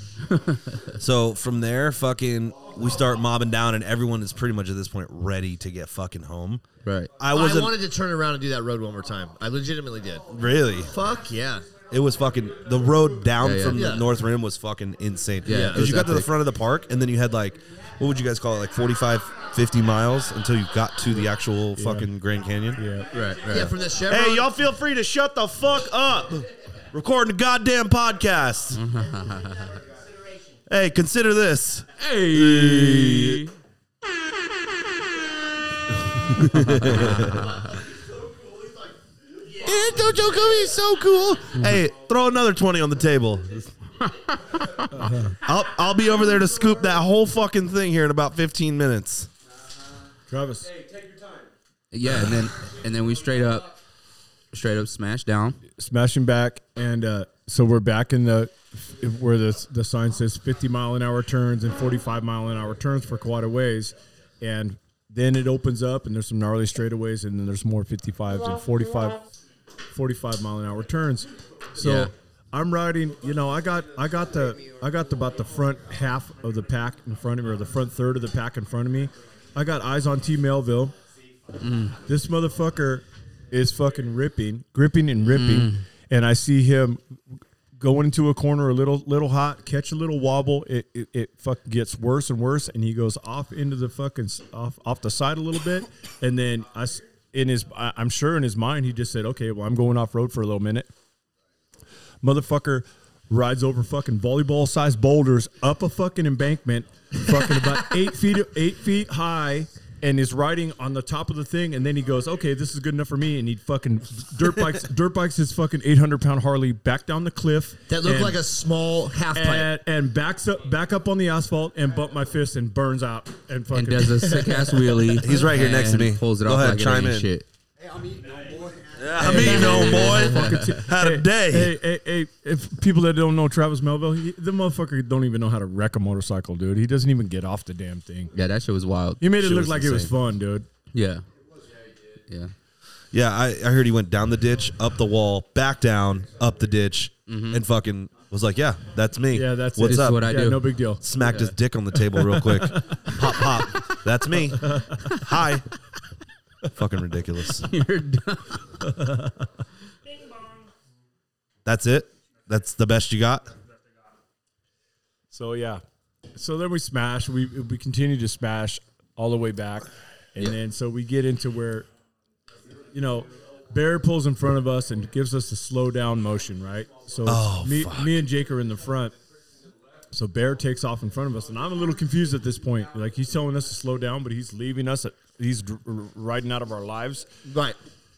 Speaker 1: So from there, fucking, we start mobbing down, and everyone is pretty much at this point ready to get fucking home.
Speaker 3: Right.
Speaker 1: I
Speaker 4: I,
Speaker 1: wasn't
Speaker 4: wanted to turn around and do that road one more time. I legitimately did.
Speaker 1: really.
Speaker 4: Fuck yeah.
Speaker 1: It was fucking the road down
Speaker 3: Yeah, yeah.
Speaker 1: from
Speaker 4: Yeah.
Speaker 1: the north rim was fucking insane.
Speaker 3: Yeah, it
Speaker 1: because
Speaker 3: was
Speaker 1: you got to the
Speaker 3: epic.
Speaker 1: front of the park, and then you had like, what would you guys call it, like 45, 50 miles until you got to the actual fucking Grand Canyon.
Speaker 2: yeah.
Speaker 3: Right. Right.
Speaker 4: Yeah, from the Chevron.
Speaker 1: Hey, y'all feel free to shut the fuck up. Recording a goddamn podcast. hey, consider this.
Speaker 3: Hey.
Speaker 1: Eh, Don't you come here, so cool. Hey, throw another 20 on the table. I'll, I'll be over there to scoop that whole fucking thing here in about 15 minutes.
Speaker 2: Travis,
Speaker 3: Yeah, and then and then we straight up, straight up smash down.
Speaker 2: smashing back, and uh, so we're back in the where the the sign says 50 mile an hour turns and 45 mile an hour turns for quite a ways, and then it opens up and there's some gnarly straightaways and then there's more 55s and 45, 45 mile an hour turns. So
Speaker 3: Yeah.
Speaker 2: I'm riding, you know, I got I got the I got the, about the front half of the pack in front of me or the front third of the pack in front of me. I got eyes on T Melville. This motherfucker is fucking ripping, gripping and ripping, and I see him going into a corner a little little hot, catch a little wobble. It it, it fucking gets worse and worse, and he goes off into the fucking s- off off the side a little bit, and then I s- in his I, I'm sure in his mind he just said, okay, well I'm going off road for a little minute. Motherfucker rides over fucking volleyball sized boulders up a fucking embankment, fucking about eight feet eight feet high, and is riding on the top of the thing. And then he goes, "Okay, this is good enough for me." And he fucking dirt bikes dirt bikes his fucking eight hundred pound Harley back down the cliff
Speaker 4: That looked
Speaker 2: and-
Speaker 4: like a small half pipe.
Speaker 2: and, and backs up back up on the asphalt and bump my fist and burns out and fucking
Speaker 3: and does a sick ass wheelie.
Speaker 1: He's right here next to
Speaker 3: and
Speaker 1: me.
Speaker 3: Pulls it
Speaker 1: Go
Speaker 3: off
Speaker 1: ahead,
Speaker 3: like
Speaker 1: chime
Speaker 3: it ain't
Speaker 1: in.
Speaker 3: shit.
Speaker 1: I mean, no boy. Had a day.
Speaker 2: Hey, hey, hey, if people that don't know Travis Melville, he, the motherfucker don't even know how to wreck a motorcycle, dude. He doesn't even get off the damn thing.
Speaker 3: Yeah, that shit was wild.
Speaker 2: He made it
Speaker 1: Shit
Speaker 2: look
Speaker 1: was
Speaker 2: like it was
Speaker 1: insane.
Speaker 2: fun, dude.
Speaker 3: Yeah, yeah.
Speaker 1: Yeah, I, I heard he went down the ditch, up the wall, back down, up the ditch, and fucking was like, "Yeah, that's me.
Speaker 2: Yeah, that's
Speaker 1: what's
Speaker 2: it.
Speaker 1: up."
Speaker 3: Mm-hmm. what I
Speaker 2: yeah,
Speaker 3: do.
Speaker 2: no big deal.
Speaker 1: Smacked his dick on the table real quick. pop, pop. That's me. Hi. fucking ridiculous.
Speaker 3: You're done.
Speaker 1: That's it. That's the best you got.
Speaker 2: So yeah, so then we smash. We we continue to smash all the way back, and then so we get into where, you know, Barry pulls in front of us and gives us a slow down motion, right? So it's
Speaker 1: Oh,
Speaker 2: me me and Jake are in the front. So Bear takes off in front of us, and I'm a little confused at this point. Like he's telling us to slow down, but he's leaving us. At, he's dr- riding out of our lives.
Speaker 4: right.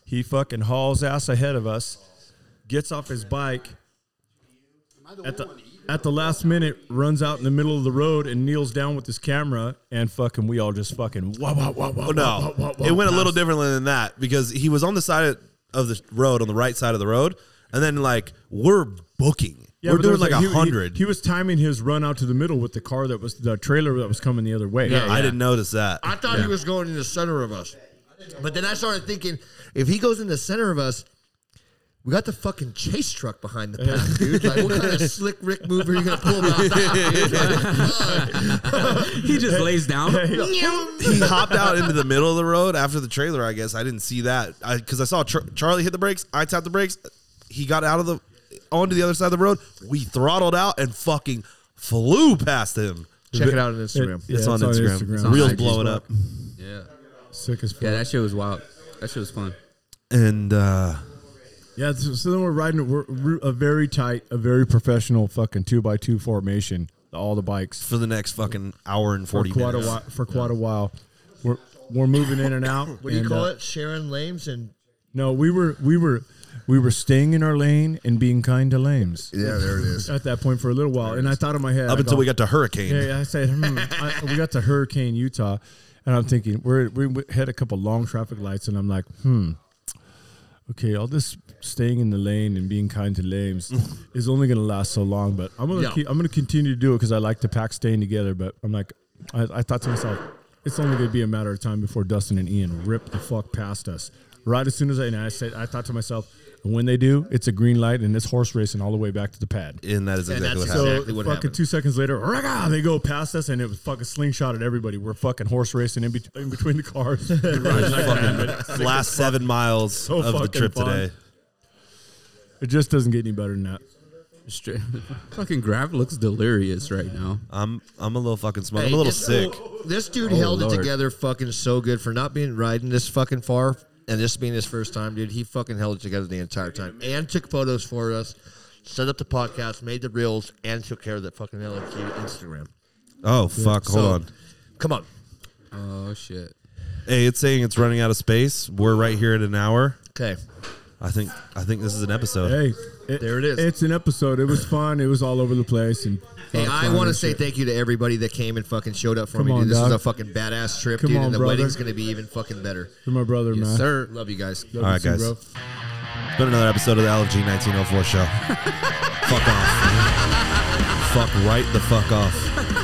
Speaker 2: He fucking hauls ass ahead of us, gets off his bike. At the, at the last minute, runs out in the middle of the road and kneels down with his camera, and fucking we all just fucking wow wow wow wow.
Speaker 1: Oh no, it went a little differently than that because he was on the side of- of the road, on the right side of the road, and then like we're booking. we're doing like a hundred.
Speaker 2: He, was timing his run out to the middle with the car that was the trailer that was coming the other way.
Speaker 1: I didn't notice that.
Speaker 4: I thought he was going in the center of us. But then I started thinking, if he goes in the center of us, we got the fucking chase truck behind the pack, dude. Like, what kind of slick Rick move are you going to pull about
Speaker 3: He just lays down.
Speaker 1: he hopped out into the middle of the road after the trailer. I guess I didn't see that because I, saw Char- Charlie hit the brakes. I tapped the brakes. He got out of the onto the other side of the road. We throttled out and fucking flew past him.
Speaker 4: Check it out on Instagram.
Speaker 2: Yeah,
Speaker 1: it's, on Instagram.
Speaker 3: on
Speaker 1: Reels
Speaker 3: IG.
Speaker 1: blowing up,
Speaker 3: Yeah,
Speaker 2: Sick as fuck.
Speaker 3: yeah. That shit was wild. That shit was fun.
Speaker 2: Mm-hmm.
Speaker 1: and uh,
Speaker 2: Yeah, so, so then we're riding we're, we're a very tight, a very professional fucking two by two formation. All the bikes
Speaker 1: for the next fucking hour and
Speaker 2: for
Speaker 1: forty
Speaker 2: quite a
Speaker 1: minutes.
Speaker 2: while. For quite a while, we're we're moving in and out.
Speaker 4: What do you
Speaker 1: uh,
Speaker 4: call it? Sharon Lames and
Speaker 2: No, we were we were we were staying in our lane and being kind to lames
Speaker 5: Yeah, there it is.
Speaker 2: at that point for a little while. And I thought in my head,
Speaker 1: Up
Speaker 2: I
Speaker 1: until
Speaker 2: go,
Speaker 1: we got to Hurricane.
Speaker 2: Yeah, I said hmm, I, we got to Hurricane Utah, and I'm thinking we're, we w- had a couple long traffic lights, and I'm like, hmm, okay, all this staying in the lane and being kind to lames is only going to last so long, but I'm gonna
Speaker 4: Yeah.
Speaker 2: keep, I'm gonna continue to do it because I like the pack staying together. But I'm like, I, I thought to myself, it's only going to be a matter of time before Dustin and Ian rip the fuck past us. Right as soon as I and I said, I thought to myself. When they do, it's a green light and it's horse racing all the way back to the pad.
Speaker 1: And that is exactly
Speaker 4: that's
Speaker 1: what
Speaker 4: so-
Speaker 1: happened.
Speaker 4: exactly what
Speaker 2: fucking
Speaker 4: happened.
Speaker 2: two seconds later, ragga, they go past us, and it was fucking slingshot at everybody. We're fucking horse racing in, bet- in between the cars.
Speaker 1: Fucking last seven miles of the
Speaker 2: fucking
Speaker 1: trip
Speaker 2: fun.
Speaker 1: today.
Speaker 2: it just doesn't get any better than that.
Speaker 3: Straight. Fucking Grav looks delirious right now.
Speaker 1: I'm I'm a little fucking smug.
Speaker 4: Hey,
Speaker 1: I'm a little
Speaker 4: this-
Speaker 1: sick.
Speaker 4: This dude held it
Speaker 3: Lord.
Speaker 4: together fucking so good for not being riding this fucking far and this being his first time, dude. He fucking held it together the entire time and took photos for us, set up the podcast, made the reels, and took care of that fucking LFQ Instagram.
Speaker 1: Oh fuck! Hold
Speaker 4: So,
Speaker 1: on.
Speaker 4: Come on.
Speaker 3: Oh shit.
Speaker 1: Hey, it's saying it's running out of space. We're right here at an hour.
Speaker 4: Okay.
Speaker 1: I think I think this is an episode.
Speaker 2: Hey,
Speaker 4: There it is.
Speaker 2: It's an episode. It was fun. It was all over the place. And
Speaker 4: Hey,
Speaker 2: fuck,
Speaker 4: I
Speaker 2: fun
Speaker 4: want to
Speaker 2: and
Speaker 4: say
Speaker 2: shit.
Speaker 4: thank you to everybody that came and fucking showed up for
Speaker 2: Come
Speaker 4: me, dude.
Speaker 2: on,
Speaker 4: This
Speaker 2: dog.
Speaker 4: is a fucking badass trip,
Speaker 2: Come
Speaker 4: dude,
Speaker 2: on,
Speaker 4: and the
Speaker 2: brother.
Speaker 4: wedding's going to be even fucking better.
Speaker 2: to my brother, man.
Speaker 4: Sir, love you guys.
Speaker 2: Love
Speaker 1: All
Speaker 2: you
Speaker 1: right,
Speaker 2: too,
Speaker 1: guys.
Speaker 2: bro.
Speaker 1: It's been another episode of the LG 1904 show. fuck off. fuck right the fuck off.